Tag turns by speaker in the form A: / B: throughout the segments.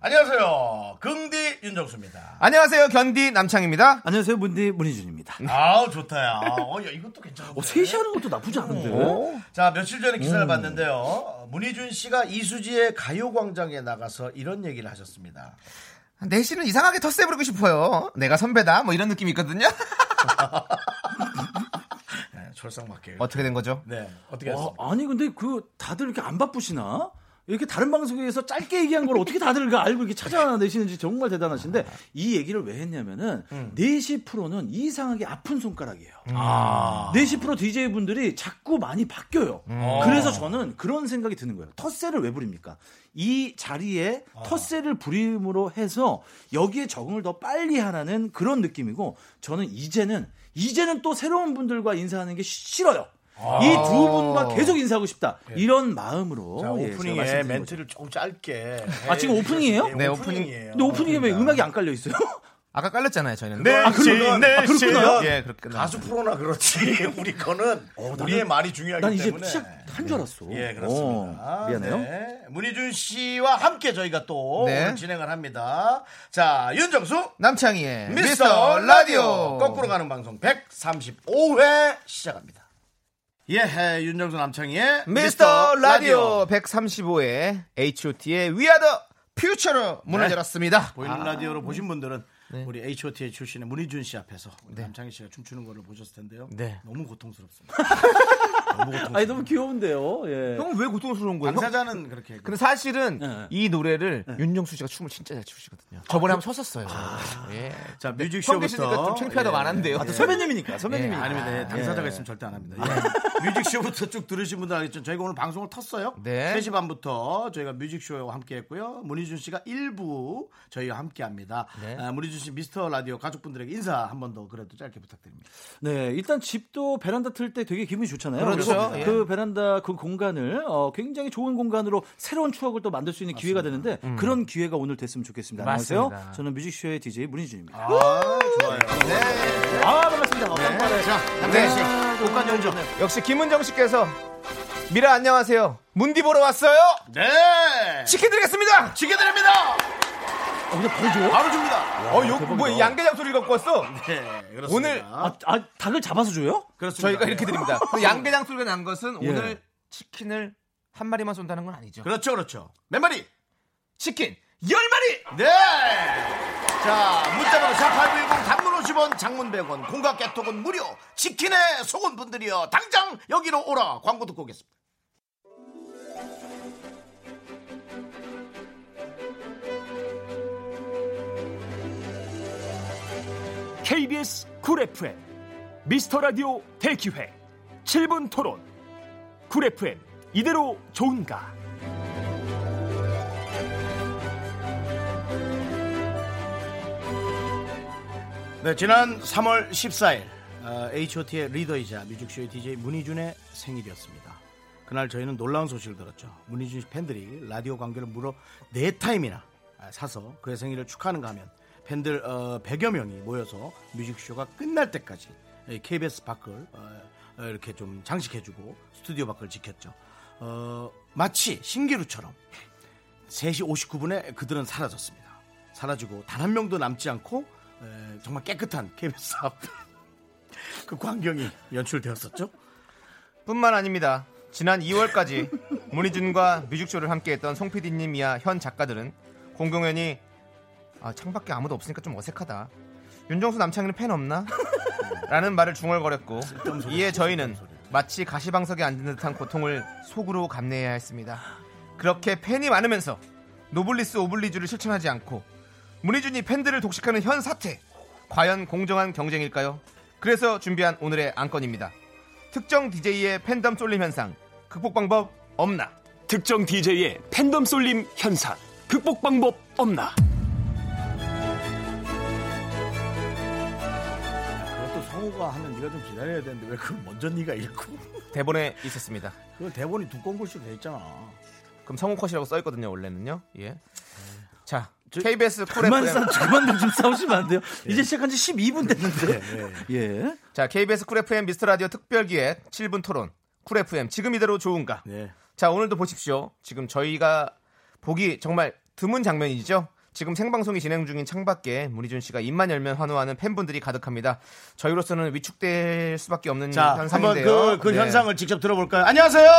A: 안녕하세요. 긍디 윤정수입니다.
B: 안녕하세요 견디 남창입니다.
C: 안녕하세요, 문디 문희준입니다.
A: 아우 좋다야. 어, 야, 이것도 괜찮은데. 어?
C: 어, 셋이 하는 것도 나쁘지 않은데. 음.
A: 자 며칠 전에 기사를 봤는데요. 어, 문희준 씨가 이수지의 가요광장에 나가서 이런 얘기를 하셨습니다.
B: 내신은 이상하게 텃세 부르고 싶어요. 내가 선배다 뭐 이런 느낌이 있거든요.
A: 네, 절상맞게.
B: 어떻게 된 거죠?
A: 네 어떻게
C: 와,
A: 했습니까?
C: 아니 근데 그 다들 이렇게 안 바쁘시나? 이렇게 다른 방송에서 짧게 얘기한 걸 어떻게 다들 그 알고 이렇게 찾아내시는지 정말 대단하신데 이 얘기를 왜 했냐면은
A: 음.
C: 네시 프로는 이상하게 아픈 손가락이에요.
A: 아.
C: 네시 프로 DJ 분들이 자꾸 많이 바뀌어요.
A: 음.
C: 그래서 저는 그런 생각이 드는 거예요. 텃세를 왜 부립니까? 이 자리에
A: 아.
C: 텃세를 부림으로 해서 여기에 적응을 더 빨리 하라는 그런 느낌이고 저는 이제는 이제는 또 새로운 분들과 인사하는 게 싫어요.
A: 아.
C: 이 두 분과 계속 인사하고 싶다. 이런
A: 예.
C: 마음으로
A: 자
C: 예, 제가
A: 오프닝에
C: 말씀드린
A: 멘트를 조금 짧게.
C: 아, 지금 오프닝이에요?
A: 네
B: 네,
A: 오프닝이에요. 어.
C: 거죠. 근데 오프닝에 왜 음악이 안 깔려 있어요?
B: 아까 깔렸잖아요 저희는.
A: 네,
C: 아, 그런 거- 아, 그렇구나요? 어,
B: 예 그렇게 끝났어요.
A: 가수 프로나 그렇지 우리 거는 우리의 말이 중요하기
C: 난 이제
A: 때문에.
C: 시작한 줄 알았어.
A: 예, 그렇습니다.
C: 어, 미안해요.
A: 네. 문희준 씨와 함께 저희가 또
B: 네.
A: 오늘 진행을 합니다. 자, 윤정수
B: 남창희의
A: 미스터 라디오 거꾸로 가는 방송 135회 시작합니다. 예, 해, 윤정수 남창희의
B: 미스터 라디오 135의 H.O.T의 위아더 퓨처로 문을
A: 네.
B: 열었습니다. 아.
A: 보이는 라디오로 보신 분들은
B: 네.
A: 우리 H.O.T.의 출신의 문희준 씨 앞에서 우리 남창희 씨가 춤추는 거를 보셨을 텐데요.
B: 네. 아,
A: 너무 고통스럽습니다. 너무 고통스럽습니다.
C: 아니 너무 귀여운데요. 예.
B: 형은 왜 고통스러운 거예요?
A: 당사자는 그렇게
B: 근데 사실은
C: 네.
B: 이 노래를 윤정수 씨가 춤을 진짜 잘 추시거든요. 저번에 한번 섰었어요. 예.
A: 자,
B: 근데
A: 뮤직쇼부터.
B: 형 계시니까 좀 창피하다고
A: 아. 예.
B: 안 한대요.
C: 아, 또 선배님이니까 선배님이니까.
A: 아닙니다. 예, 당사자가 있으면 절대 안 합니다. 예. 뮤직쇼부터 쭉 들으신 분들 알겠죠? 저희가 오늘 방송을 텄어요.
B: 네.
A: 3시 반부터 저희가 뮤직쇼와 함께 했고요. 문희준 씨가 일부 저희와 함께 합니다.
B: 네.
A: 아, 문희준 씨 미스터 라디오 가족분들에게 인사 한 번 더 그래도 짧게 부탁드립니다.
C: 네, 일단 집도 베란다 틀 때 되게 기분이 좋잖아요.
B: 그렇죠.
C: 그리고
B: 예.
C: 그 베란다 그 공간을 어, 굉장히 좋은 공간으로 새로운 추억을 또 만들 수 있는 기회가 되는데
A: 음.
C: 그런 기회가 오늘 됐으면 좋겠습니다. 안녕하세요.
B: 맞습니다.
C: 저는 뮤직쇼의 DJ 문희준입니다.
A: 아, 좋아요. 네.
C: 아, 반갑습니다. 네.
A: 자, 남자 씨, 옷간 연주.
B: 역시 김은정 씨께서 미라 안녕하세요. 문디 보러 왔어요.
A: 네.
B: 치킨 드리겠습니다.
A: 지켜드립니다.
C: 어, 근데 바로 줘요?
A: 바로 줍니다.
B: 어, 요, 뭐 양계장 소리를 갖고 왔어?
A: 네, 그렇습니다.
B: 오늘-
C: 아, 아, 닭을 잡아서 줘요?
A: 그렇습니다.
B: 저희가 이렇게 드립니다. 그 양계장 소리가 난 것은
C: 예.
B: 오늘 치킨을 한 마리만 쏜다는 건 아니죠.
A: 그렇죠, 그렇죠. 몇 마리?
B: 치킨 열 마리.
A: 네! 자, 문자번호 4810 단문 50원, 장문 100원, 공각 개톡은 무료. 치킨에 속은 분들이여 당장 여기로 오라. 광고 듣고 오겠습니다.
D: KBS 쿨 FM 미스터 라디오 대기회 7분 토론 쿨 FM 이대로 좋은가
A: 네, 지난 3월 14일 어, H.O.T의 리더이자 뮤직쇼의 DJ 문희준의 생일이었습니다. 그날 저희는 놀라운 소식을 들었죠. 문희준 씨 팬들이 라디오 관계를 무려 네 타임이나 아, 사서 그의 생일을 축하하는가 하면 팬들 어, 100여 명이 모여서 뮤직쇼가 끝날 때까지 이 KBS 밖을 어, 어, 이렇게 좀 장식해주고 스튜디오 밖을 지켰죠. 어, 마치 신기루처럼 3시 59분에 그들은 사라졌습니다. 사라지고 단 한 명도 남지 않고 에, 정말 깨끗한 KBS 앞 그 광경이 연출되었었죠.
B: 뿐만 아닙니다. 지난 2월까지 문희준과 뮤직쇼를 함께했던 송 PD님 이하 현 작가들은 공공연히 아, 창밖에 아무도 없으니까 좀 어색하다. 윤정수 남창희는 팬 없나? 라는 말을 중얼거렸고 이에 저희는 마치 가시방석에 앉은 듯한 고통을 속으로 감내해야 했습니다. 그렇게 팬이 많으면서 노블리스 오블리주를 실천하지 않고 문희준이 팬들을 독식하는 현 사태 과연 공정한 경쟁일까요? 그래서 준비한 오늘의 안건입니다. 특정 DJ의 팬덤 쏠림 현상 극복 방법 없나?
D: 특정 DJ의 팬덤 쏠림 현상 극복 방법 없나
A: 이거가 하면 네가 좀 기다려야 되는데 왜 그걸 먼저 네가 읽고?
B: 대본에 있었습니다.
A: 그건 대본이 두꺼운 글씨로 돼 있잖아.
B: 그럼 성우컷이라고 써 있거든요 원래는요. 예. 자 KBS 쿨
C: 그만
B: FM
C: 싸, 그만 좀 싸우시면 안 돼요.
A: 예.
C: 이제 시작한 지 12분 됐는데. 예.
B: 자 KBS 쿨 FM 미스터 라디오 특별 기획 7분 토론 쿨 FM 지금 이대로 좋은가?
A: 네.
B: 자 오늘도 보십시오. 지금 저희가 보기 정말 드문 장면이죠. 지금 생방송이 진행 중인 창밖에 문희준 씨가 입만 열면 환호하는 팬분들이 가득합니다. 저희로서는 위축될 수밖에 없는
A: 자, 한번
B: 현상인데요.
A: 그, 그
B: 네.
A: 현상을 직접 들어볼까요? 안녕하세요.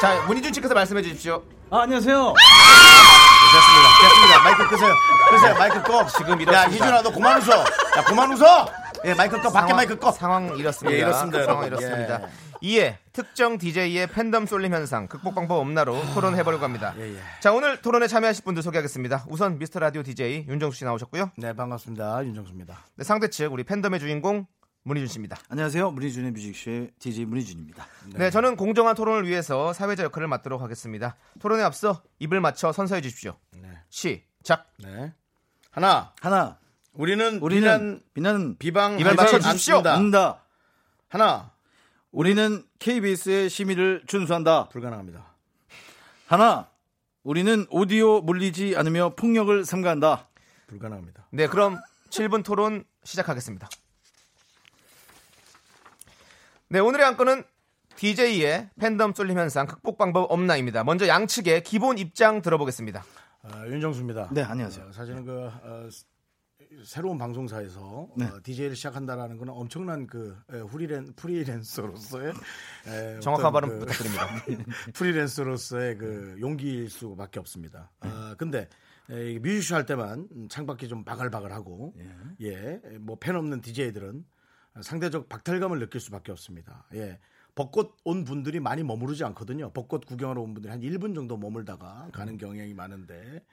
B: 자 문희준 씨께서 말씀해 주십시오.
C: 아, 안녕하세요.
A: 됐습니다. 됐습니다. 마이크 끄세요. 끄세요. 마이크 꺼.
B: 지금
A: 야,
B: 이렇습니다.
A: 이준아, 너 그만 웃어. 야, 그만 웃어. 예, 마이크 꺼. 밖에
B: 상황-
A: 마이크 꺼.
B: 상황 이렇습니다. 그
A: 예, 이렇습니다,
B: 상황
A: 여러분. 예.
B: 이렇습니다. 이에 특정 DJ의 팬덤 쏠림 현상 극복 방법 없나로 토론해 보려고 합니다.
A: 예, 예.
B: 자 오늘 토론에 참여하실 분들 소개하겠습니다. 우선 미스터 라디오 DJ 윤정수 씨 나오셨고요.
A: 네, 반갑습니다. 윤정수입니다.
B: 네, 상대 측 우리 팬덤의 주인공 문희준 씨입니다.
C: 안녕하세요. 문희준의 뮤직쇼의 DJ 문희준입니다.
B: 네. 저는 공정한 토론을 위해서 사회자 역할을 맡도록 하겠습니다. 토론에 앞서 입을 맞춰 선서해 주십시오. 시작.
A: 네. 하나,
C: 하나,
A: 우리는
C: 우리는
A: 우리는
C: 비난
A: 비방
B: 입을
A: 하지
B: 맞춰주십시오.
A: 않습니다.
C: 비난다.
A: 하나,
C: 우리는 KBS의 심의를 준수한다.
A: 불가능합니다.
C: 하나, 우리는 오디오 물리지 않으며 폭력을 삼가한다.
A: 불가능합니다.
B: 네, 그럼 7분 토론 시작하겠습니다. 네, 오늘의 안건은 DJ의 팬덤 쏠림 현상 극복 방법 없나입니다. 먼저 양측의 기본 입장 들어보겠습니다.
A: 어, 윤정수입니다.
C: 네, 안녕하세요.
A: 어, 사실은 그 어, 새로운 방송사에서
C: 네.
A: 어, DJ를 시작한다라는 건 엄청난 그 에, 후리랜 프리랜서로서의 에,
B: 정확한
A: 어떤
B: 발음
A: 그
B: 부탁드립니다.
A: 프리랜서로서의 그 용기일 수밖에 없습니다. 아, 근데 에, 뮤지션 할 때만 음, 창밖에 좀 바글바글하고 예, 뭐 팬 없는 DJ들은 상대적 박탈감을 느낄 수밖에 없습니다. 예. 벚꽃 온 분들이 많이 머무르지 않거든요. 벚꽃 구경하러 온 분들이 한 1분 정도 머물다가 가는 경향이 많은데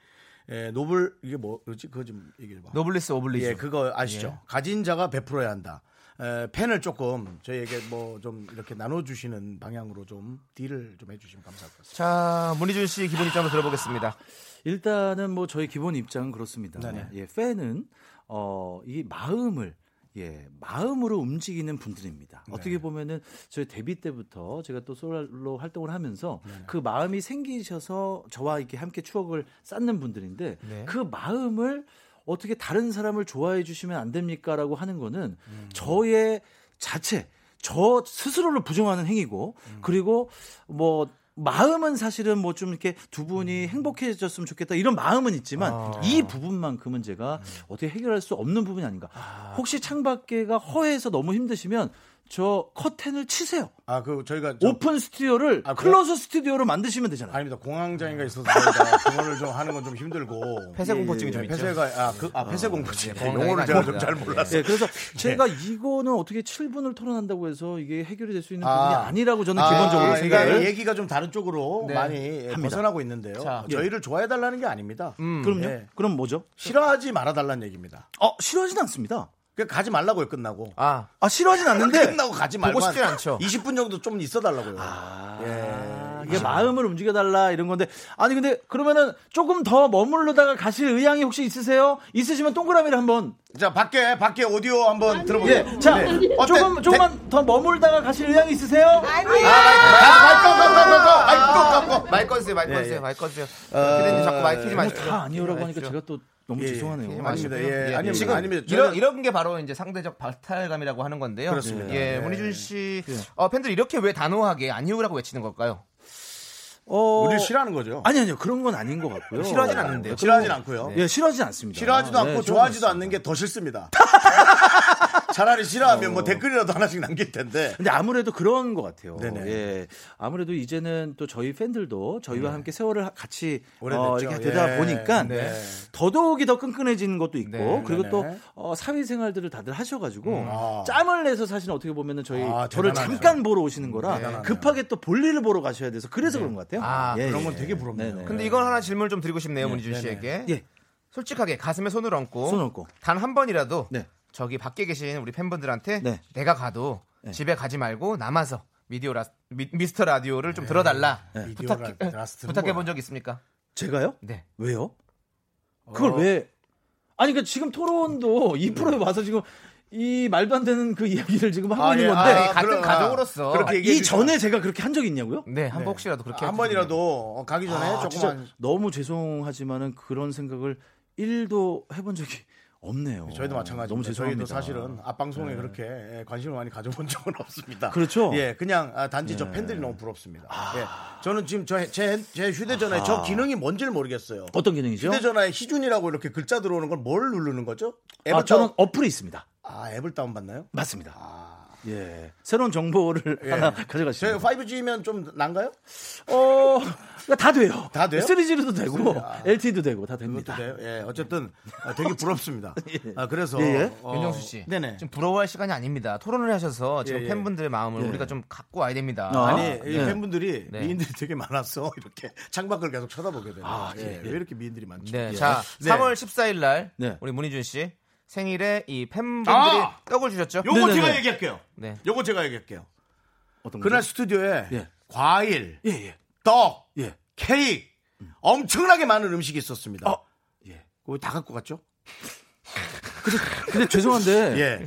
A: 예, 노블 이게 뭐지? 그거 좀 얘기해 봐.
B: 노블리스 오블리주.
A: 예, 그거 아시죠? 가진 자가 베풀어야 한다. 에, 팬을 조금 저희에게 뭐 좀 이렇게 나눠주시는 방향으로 좀 딜을 좀 해주시면 감사할 것 같습니다.
B: 자, 문희준 씨 기본 입장을 들어보겠습니다.
C: 일단은 뭐 저희 기본 입장은 그렇습니다.
A: 네네.
C: 예, 팬은 어, 이 마음을 예, 마음으로 움직이는 분들입니다.
A: 네.
C: 어떻게 보면은 저희 데뷔 때부터 제가 또 솔로 활동을 하면서
A: 네.
C: 그 마음이 생기셔서 저와 이렇게 함께 추억을 쌓는 분들인데
B: 네.
C: 그 마음을 어떻게 다른 사람을 좋아해 주시면 안 됩니까라고 하는 거는
A: 음.
C: 저의 자체 저 스스로를 부정하는 행위고 그리고 뭐 마음은 사실은 뭐 좀 이렇게 두 분이
A: 음.
C: 행복해졌으면 좋겠다 이런 마음은 있지만
A: 아,
C: 이
A: 네.
C: 부분만큼은 제가
A: 음.
C: 어떻게 해결할 수 없는 부분이 아닌가. 혹시 창밖에가 허해서 너무 힘드시면 저 커튼을 치세요.
A: 아, 그 저희가 좀-
C: 오픈 스튜디오를
A: 아, 그럼-
C: 클로즈 스튜디오로 만드시면 되잖아요. 예,
A: 아닙니다. 공황장애가 있어서 저희가 그거를 좀 하는 건 좀 힘들고
B: 폐쇄 공포증이 좀
A: 예,
B: 있죠.
A: 폐쇄가 아, 그, 아 폐쇄 공포증.
B: 예,
A: 용어를 제가 좀 잘 몰랐어요.
C: 예, 그래서
A: 네.
C: 제가 이거는 어떻게 7분을 토론한다고 해서 이게 해결이 될 수 있는 부분이
A: 아.
C: 아니라고 저는
A: 아,
C: 기본적으로
A: 그러니까
C: 생각을
A: 얘기가 좀 다른 쪽으로 많이 예, 벗어나고 있는데요. 저희를 좋아해 달라는 게 아닙니다.
C: 그럼요.
A: 예.
C: 그럼 뭐죠?
A: 싫어하지 말아 달라는 얘기입니다.
C: 어, 싫어하진 않습니다.
A: 그 가지 말라고요. 끝나고.
B: 아,
C: 아, 싫어하진 않는데
A: 끝나고 가지 말고
B: 보고 싶진
A: 한
B: 않죠.
A: 20분 정도 좀 있어 달라고요.
C: 아, 이게 마음을 움직여달라 이런 건데 아니 근데 그러면은 조금 더 머물러다가 가실 의향이 혹시 있으세요? 있으시면 동그라미를 한번
A: 자 밖에 밖에 오디오 한번 들어보세요. 네.
C: 예, 자 조금 조금만 더 머물다가 가실 의향이 있으세요?
A: 어.
B: 말 꺼주세요, 말 꺼주세요, 말 꺼주세요. 피디님 자꾸 말 키지 마시고.
C: 다 아니요라고 하니까 제가 또 너무 죄송하네요.
A: 아닙니다. 예, 아니면
B: 지금
A: 아니면
B: 이런 이런 게 바로 이제 상대적 박탈감이라고 하는 건데요.
A: 그렇습니다.
B: 예, 문희준 씨 어, 팬들 이렇게 왜 단호하게 안녕이라고 외치는 걸까요?
C: 어,
A: 우리 싫어하는 거죠.
C: 아니 아니요 그런 건 아닌 것 같고요.
B: 싫어하진 않는데요.
A: 싫어하진 않고요.
C: 예, 싫어하진 않습니다.
A: 싫어하지도
C: 예,
A: 않고
C: 좋은
A: 좋아하지도
C: 말씀.
A: 않는 게 더 싫습니다. 차라리 싫어하면 뭐 댓글이라도 하나씩 남길 텐데.
C: 근데 아무래도 그런 것 같아요.
A: 네네.
C: 예. 아무래도 이제는 또 저희 팬들도 저희와 함께 세월을 하- 같이
A: 네. 오래됐죠.
C: 어, 이렇게 되다
A: 예.
C: 보니까
A: 네.
C: 더더욱이 더 끈끈해지는 것도 있고
B: 네.
C: 그리고
A: 네네.
C: 또 어, 사회 생활들을 다들 하셔가지고
A: 아.
C: 짬을 내서 사실 어떻게 보면은 저희
A: 아,
C: 저를
A: 대단하네요.
C: 잠깐 보러 오시는 거라
A: 대단하네요. 네.
C: 급하게 또 볼일을 보러 가셔야 돼서 그래서 그런 것 같아요. 예,
B: 아,
A: 그런 건 되게 부럽네요.
C: 네네.
B: 근데 이건 하나 질문을 좀 드리고 싶네요, 문희준 씨에게.
C: 예.
B: 솔직하게 가슴에 손을 얹고,
C: 손 얹고.
B: 단 한 번이라도
C: 네.
B: 저기 밖에 계신 우리 팬분들한테
C: 네.
B: 내가 가도 집에 가지 말고 남아서 미디오 라 미, 스터 라디오를 좀 들어달라
A: 미디어
B: 부탁,
A: 라스트는
B: 부탁해
A: 뭐야?
B: 본적 있습니까?
C: 제가요?
B: 네.
C: 어. 왜요? 그걸 왜? 아니 그러니까 지금 토론도 이 프로에 와서 지금 이 말도 안 되는 그 이야기를 지금 하고
A: 아, 예.
C: 있는 건데
A: 아,
B: 같은
A: 그럼, 아,
B: 가족으로서
A: 그렇게 얘기해
C: 이
A: 주시면-
C: 전에 제가 그렇게 한 적이 있냐고요?
B: 네, 한번 혹시라도 그렇게
A: 한 번이라도 어, 가기 전에
C: 아, 진짜
A: 조금만
C: 너무 죄송하지만은 그런 생각을 1도 해본 적이 없네요.
A: 저희도 마찬가지입니다.
C: 너무 죄송합니다. 네.
A: 저희도 사실은 앞방송에 그렇게 예, 관심을 많이 가져본 적은 없습니다.
C: 그렇죠? 네. 아.
A: 예, 그냥 아, 단지 저 팬들이 너무 부럽습니다. 예, 저는 지금 저 제 휴대전화에 저 기능이 뭔지를 모르겠어요.
C: 어떤 기능이죠?
A: 휴대전화에 희준이라고 이렇게 글자 들어오는 걸 뭘 누르는 거죠? 앱을
C: 아, 저는
A: 다운,
C: 어플이 있습니다.
A: 아, 앱을 다운받나요?
C: 맞습니다.
A: 아.
C: 예. 새로운 정보를
A: 예.
C: 하나
A: 제
C: 가져가시죠.
A: 5G면 좀 난가요?
C: 어, 그러니까 다 돼요.
A: 다 돼요? 아.
C: 3G로도 되고, LTE도 되고, 다 됩니다.
A: 그것도 돼요? 예, 어쨌든 아, 되게 부럽습니다. 아, 그래서
C: 예, 예.
A: 어,
B: 윤정수 씨,
A: 네네.
B: 지금 부러워할 시간이 아닙니다. 토론을 하셔서 지금
A: 예, 예.
B: 팬분들의 마음을 우리가 좀 갖고 와야 됩니다.
C: 아.
A: 아니 이
C: 네.
A: 팬분들이
B: 네.
A: 미인들이 되게 많았어 이렇게 창밖을 계속 쳐다보게 되네요.
C: 아,
A: 예,
C: 예, 예.
A: 왜 이렇게 미인들이 많죠?
B: 네,
A: 예.
B: 자,
A: 네.
B: 3월 14일 날
C: 네.
B: 우리 문희준 씨 생일에 이 팬분들이
A: 아!
B: 떡을 주셨죠?
A: 요거
C: 네네네.
A: 제가 얘기할게요.
B: 네.
A: 요거 제가 얘기할게요.
C: 어떤
A: 그날
C: 거죠?
A: 스튜디오에
C: 예.
A: 과일,
C: 예, 예.
A: 떡,
C: 예.
A: 케이크 엄청나게 많은 음식이 있었습니다.
C: 어. 예.
A: 그거 다 갖고 갔죠?
C: 근데 죄송한데,
A: 예.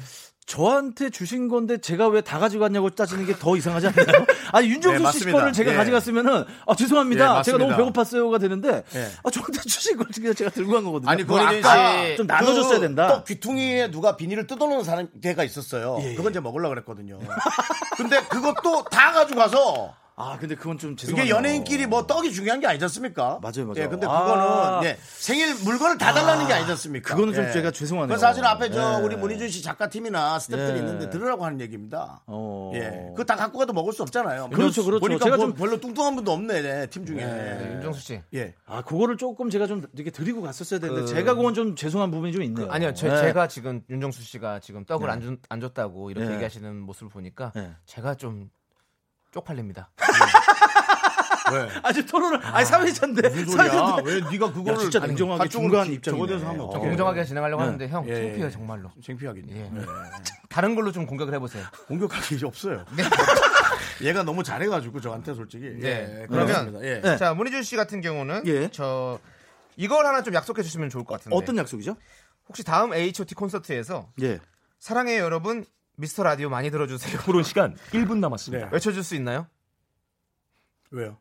C: 저한테 주신 건데 제가 왜 다 가져갔냐고 따지는 게 더 이상하지 않나요? 아니 윤정수
A: 네,
C: 씨
A: 맞습니다.
C: 거를 제가
A: 예.
C: 가져갔으면은 아
A: 예,
C: 죄송합니다. 제가
A: 맞습니다.
C: 너무 배고팠어요가 되는데
A: 예.
C: 아 저한테 주신 걸 그냥 제가 들고 간 거거든요.
A: 아니 그거
B: 문희준
A: 아까
B: 씨.
C: 좀 나눠줬어야
A: 그
C: 된다.
A: 떡 귀퉁이에 누가 비닐을 뜯어놓은 사람 걔가 있었어요.
C: 예,
A: 그건 제가 먹으려고 그랬거든요. 근데 그것도 다 가지고 가서
C: 아 근데 그건 좀 죄송해요.
A: 이게 연예인끼리 뭐 떡이 중요한 게 아니지 않습니까?
C: 맞아요, 맞아요.
A: 예, 근데
C: 아.
A: 그거는 예, 생일 물건을 다 달라는 게 아니지 않습니까?
C: 그거는 좀
A: 예.
C: 제가 죄송하네요.
A: 그건 사실 앞에 저
C: 예.
A: 우리 문희준 씨 작가팀이나 스태프들이
C: 예.
A: 있는데 들으라고 하는 얘기입니다.
C: 어.
A: 예. 그거 다 갖고 가도 먹을 수 없잖아요.
C: 그렇죠, 그렇죠.
A: 보니까
C: 제가
A: 뭐
C: 좀-
A: 별로 뚱뚱한 분도 없네, 네, 팀 중에.
B: 윤정수 씨.
A: 예.
C: 아 그거를 조금 제가 좀 이렇게 드리고 갔었어야 되는데 제가 그건 좀 죄송한 부분이 좀 있네요.
B: 아니요, 제,
C: 네.
B: 제가 지금 윤정수 씨가 지금 떡을 안, 준, 안 줬다고 이렇게
C: 네.
B: 얘기하시는 모습을 보니까
C: 네.
B: 제가 좀 쪽팔립니다.
A: 왜?
C: 아주 토론을 아니 사회자인데
A: 무슨 소리야?
C: 사회자인데
A: 왜 네가 그거를
C: 야, 진짜 냉정하게 중간 입장이네.
A: 저거대서 하면 어떡해.
B: 공정하게 진행하려고
C: 네.
B: 하는데 형
A: 예,
B: 창피해요
A: 예.
B: 정말로.
A: 창피하겠네.
B: 예.
A: 예.
B: 다른 걸로 좀 공격을 해보세요.
A: 공격할 게 이제 없어요. 얘가 너무 잘해가지고 저한테 솔직히.
B: 네.
A: 예,
B: 그러면-
A: 그렇습니다. 예.
C: 네.
B: 자 문희준 씨 같은 경우는
C: 예.
B: 저 이걸 하나 좀 약속해 주시면 좋을 것 같은데
C: 어떤 약속이죠?
B: 혹시 다음 H.O.T 콘서트에서
C: 예.
B: 사랑해 요 여러분 미스터 라디오 많이 들어주세요
D: 토론 시간 1분 남았습니다.
A: 네.
B: 외쳐줄 수 있나요?
A: 왜요?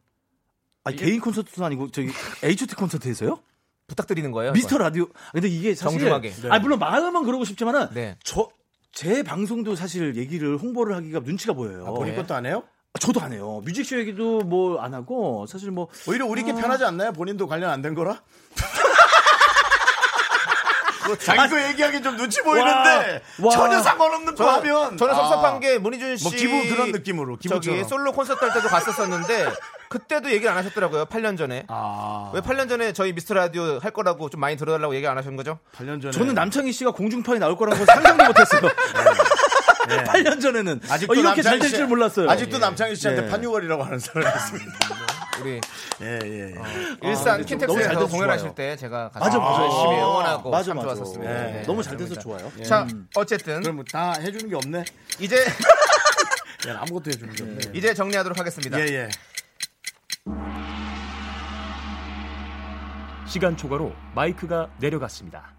C: 아니 개인 콘서트도 아니고 저기 H.O.T 콘서트에서요?
B: 부탁드리는 거예요.
C: 미스터 라디오. 아, 근데 이게 사실
B: 정중하게.
C: 아 물론 마음은 그러고 싶지만은
B: 네.
C: 저 제 방송도 사실 얘기를 홍보를 하기가 눈치가 보여요.
A: 아, 본인
B: 예.
A: 것도 안 해요?
C: 저도 안 해요. 뮤직쇼 얘기도 뭐 안 하고 사실 뭐
A: 오히려 우리 게 편하지 않나요? 본인도 관련 안 된 거라? 뭐 자기도 얘기하기 좀 눈치 보이는데
C: 와.
A: 전혀 상관없는 거
B: 저는,
A: 하면
B: 저는
A: 아.
B: 섭섭한 게 문희준 씨
A: 뭐 기부 그런 느낌으로, 기부처럼.
B: 저기 솔로 콘서트 할 때도 갔었었는데 그때도 얘기를 안 하셨더라고요. 8년 전에
A: 아,
B: 왜 8년 전에 저희 미스터 라디오 할 거라고 좀 많이 들어달라고 얘기 안 하신 거죠?
A: 8년
B: 네.
A: 전에
C: 저는 남창희 씨가 공중파에 나올 거라고 상상도 못했어요.
B: 네.
C: 8년 전에는
A: 아직도
C: 어, 이렇게 잘
A: 남창희
C: 될
A: 씨-
C: 줄 몰랐어요.
A: 아직도 남창희 씨한테
C: 예.
A: 판유월이라고 하는 사람이 있습니다.
B: 우리
A: 예, 예.
B: 일산
C: 아, 근데 좀 너무 잘
B: 킨텍스에서
C: 돼서
B: 공연하실
C: 좋아요.
B: 때 제가 가서
C: 맞아, 맞아.
B: 열심히 응원하고
C: 맞아,
B: 참
C: 맞아.
B: 좋았었습니다.
C: 예.
B: 네,
C: 너무 잘 돼서
B: 감사합니다.
C: 좋아요. 예.
B: 자 어쨌든
A: 음. 그럼 뭐 다 해주는 게 없네.
B: 이제
C: 예,
A: 야, 아무것도 해주는 게 없네.
B: 이제 정리하도록 하겠습니다.
A: 예, 예.
D: 시간 초과로 마이크가 내려갔습니다.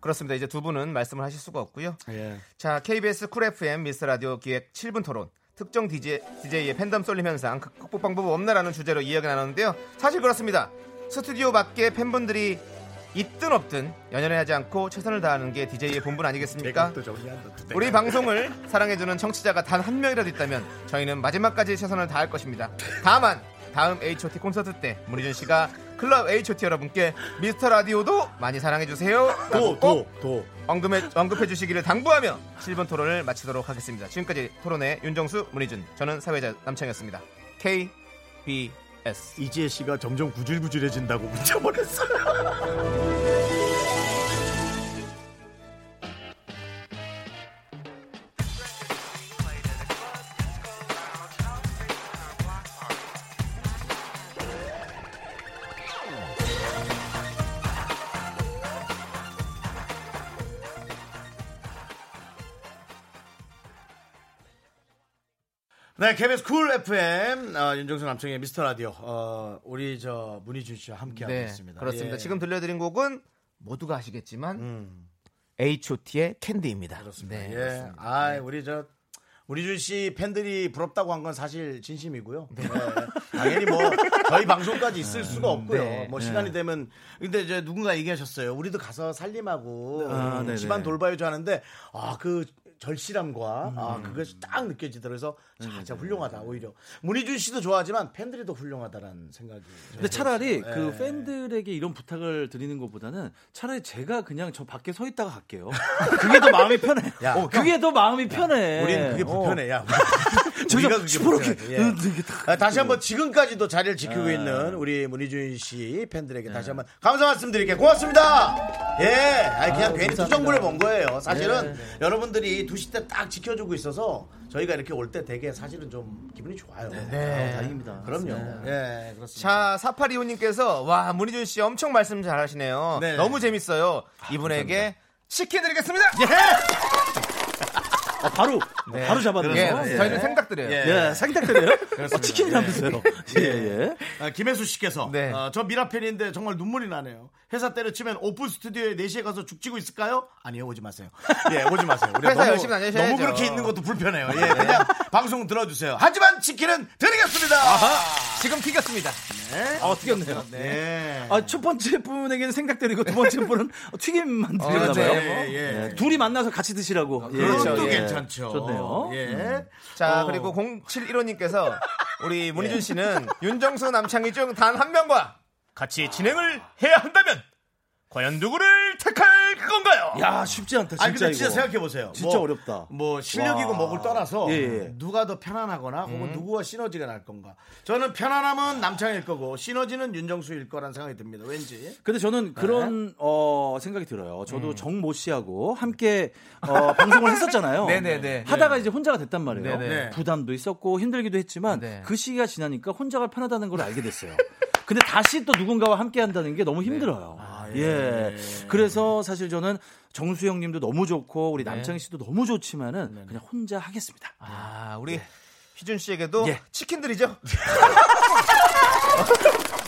B: 그렇습니다. 이제 두 분은 말씀을 하실 수가 없고요.
A: 예.
B: 자, KBS 쿨 FM 미스 라디오 기획 7분 토론. 특정 DJ, DJ의 팬덤 쏠림 현상, 극- 극복 방법 없나라는 주제로 이야기 나눴는데요. 사실 그렇습니다. 스튜디오 밖에 팬분들이 있든 없든 연연해 하지 않고 최선을 다하는 게 DJ의 본분 아니겠습니까?
A: 또 정리한다. 또 내가.
B: 우리 방송을 사랑해주는 청취자가 단 한 명이라도 있다면 저희는 마지막까지 최선을 다할 것입니다. 다만 다음 H.O.T 콘서트 때 문희준 씨가 클럽 H.O.T 여러분께 미스터 라디오도 많이 사랑해주세요.
A: 도, 도, 도.
B: 언급해, 언급해 주시기를 당부하며 7번 토론을 마치도록 하겠습니다. 지금까지 토론의 윤정수, 문희준, 저는 사회자 남창이었습니다. KBS
A: 이지혜 씨가 점점 구질구질해진다고 문자 보냈어요. 네, KBS 쿨 FM 어, 윤정수 남청의 미스터 라디오 어, 우리 저 문희준 씨와 함께하고
B: 네,
A: 있습니다. 아,
B: 그렇습니다.
A: 예.
B: 지금 들려드린 곡은 모두가 아시겠지만 H.O.T의 캔디입니다.
A: 음.
B: 네.
A: 그렇습니다. 예. 아, 우리 저 우리준 씨 팬들이 부럽다고 한 건 사실 진심이고요. 예. 당연히 뭐 저희 방송까지 있을 수가 없고요.
B: 네.
A: 뭐 시간이 되면 근데 이제 누군가 얘기하셨어요. 우리도 가서 살림하고
C: 아, 네네.
A: 집안 돌봐야죠 하는데 아 그 절실함과 아 그것이 딱 느껴지더라서 자, 진짜 훌륭하다 오히려 문희준 씨도 좋아하지만 팬들이 더 훌륭하다라는 생각이.
C: 근데
A: 저는
C: 차라리
A: 들었어요.
C: 그
A: 예.
C: 팬들에게 이런 부탁을 드리는 것보다는 차라리 제가 그냥 저 밖에 서 있다가 갈게요. 그게 더 마음이 편해.
A: 야,
C: 어, 그게 더 마음이 편해. 어,
A: 우린 그게 불편해. 야, 우리가 그게
C: 시퍼렇게
A: 불편해. 예. 아, 다시 한번 지금까지도 자리를 지키고 있는 우리 문희준 씨 팬들에게 다시 한번 감사 말씀드릴게요. 고맙습니다. 예, 아니, 그냥 괜히 투정부를 본 거예요. 사실은 여러분들이 2시 때 딱 지켜주고 있어서 저희가 이렇게 올 때 되게 사실은 좀 기분이 좋아요. 네, 다행입니다. 그럼요. 예, 그렇습니다.
B: 자, 사파리오님께서 와 문희준 씨 엄청 말씀 잘하시네요.
A: 네.
B: 너무 재밌어요. 이분에게 치킨 드리겠습니다.
C: 아, 바로 바로 잡았네요.
B: 예,
C: 예.
B: 저희는 생각드려요.
A: 예.
C: 예, 생각되네요. 어, 치킨이나 드세요. 예, 예.
A: 아, 김혜수 씨께서
B: 네.
A: 아, 저 미라팬인데 정말 눈물이 나네요. 회사 때려치면 오픈 스튜디오에 4시에 가서 죽치고 있을까요? 아니요, 오지 마세요. 예, 오지 마세요. 우리가
B: 회사 열심히 다니셔야죠.
A: 너무 그렇게 있는 것도 불편해요. 예, 그냥 방송 들어주세요. 하지만 치킨은 드리겠습니다.
B: 지금 튀겼습니다.
C: 아, 튀겼네요.
A: 네.
C: 아, 첫 번째 분에게는 생각되고 두 번째 분은 튀김만 드렸나 봐요.
B: 네,
A: 예, 예.
C: 예, 둘이 만나서 같이 드시라고. 예.
A: 그것도
B: 예.
A: 괜찮죠.
C: 좋네요. 음.
A: 예.
B: 자,
A: 어.
B: 그리고 071호님께서 우리 문희준 씨는 윤정수 남창희 중 단 한 명과 같이 진행을 해야 한다면 과연 누구를 택할 건가요?
C: 야, 쉽지 않다. 진짜
A: 아니 근데 진짜
C: 이거.
A: 생각해 보세요.
C: 진짜 어렵다.
A: 뭐 실력이고 뭐를 떠나서
C: 예, 예. 음.
A: 누가 더 편안하거나 혹은 누구와 시너지가 날 건가. 저는 편안함은 남창일 거고 시너지는 윤정수일 거란 생각이 듭니다. 왠지.
C: 근데
B: 네.
C: 저는 그런 어, 생각이 들어요. 저도
B: 음.
C: 정모 씨하고 함께 어, 방송을 했었잖아요.
B: 네네네.
C: 하다가 이제 혼자가 됐단 말이에요.
B: 네네.
C: 부담도 있었고 힘들기도 했지만
B: 네.
C: 그 시기가 지나니까 혼자가 편하다는 걸 알게 됐어요. 근데 다시 또 누군가와 함께 한다는 게
B: 네.
C: 너무 힘들어요.
B: 아,
C: 예. 그래서 사실 저는 정수 형님도 너무 좋고
B: 네.
C: 우리 남창희 씨도 너무 좋지만은 그냥 혼자 하겠습니다.
B: 아, 우리 희준 씨에게도
C: 예.
B: 치킨 드리죠.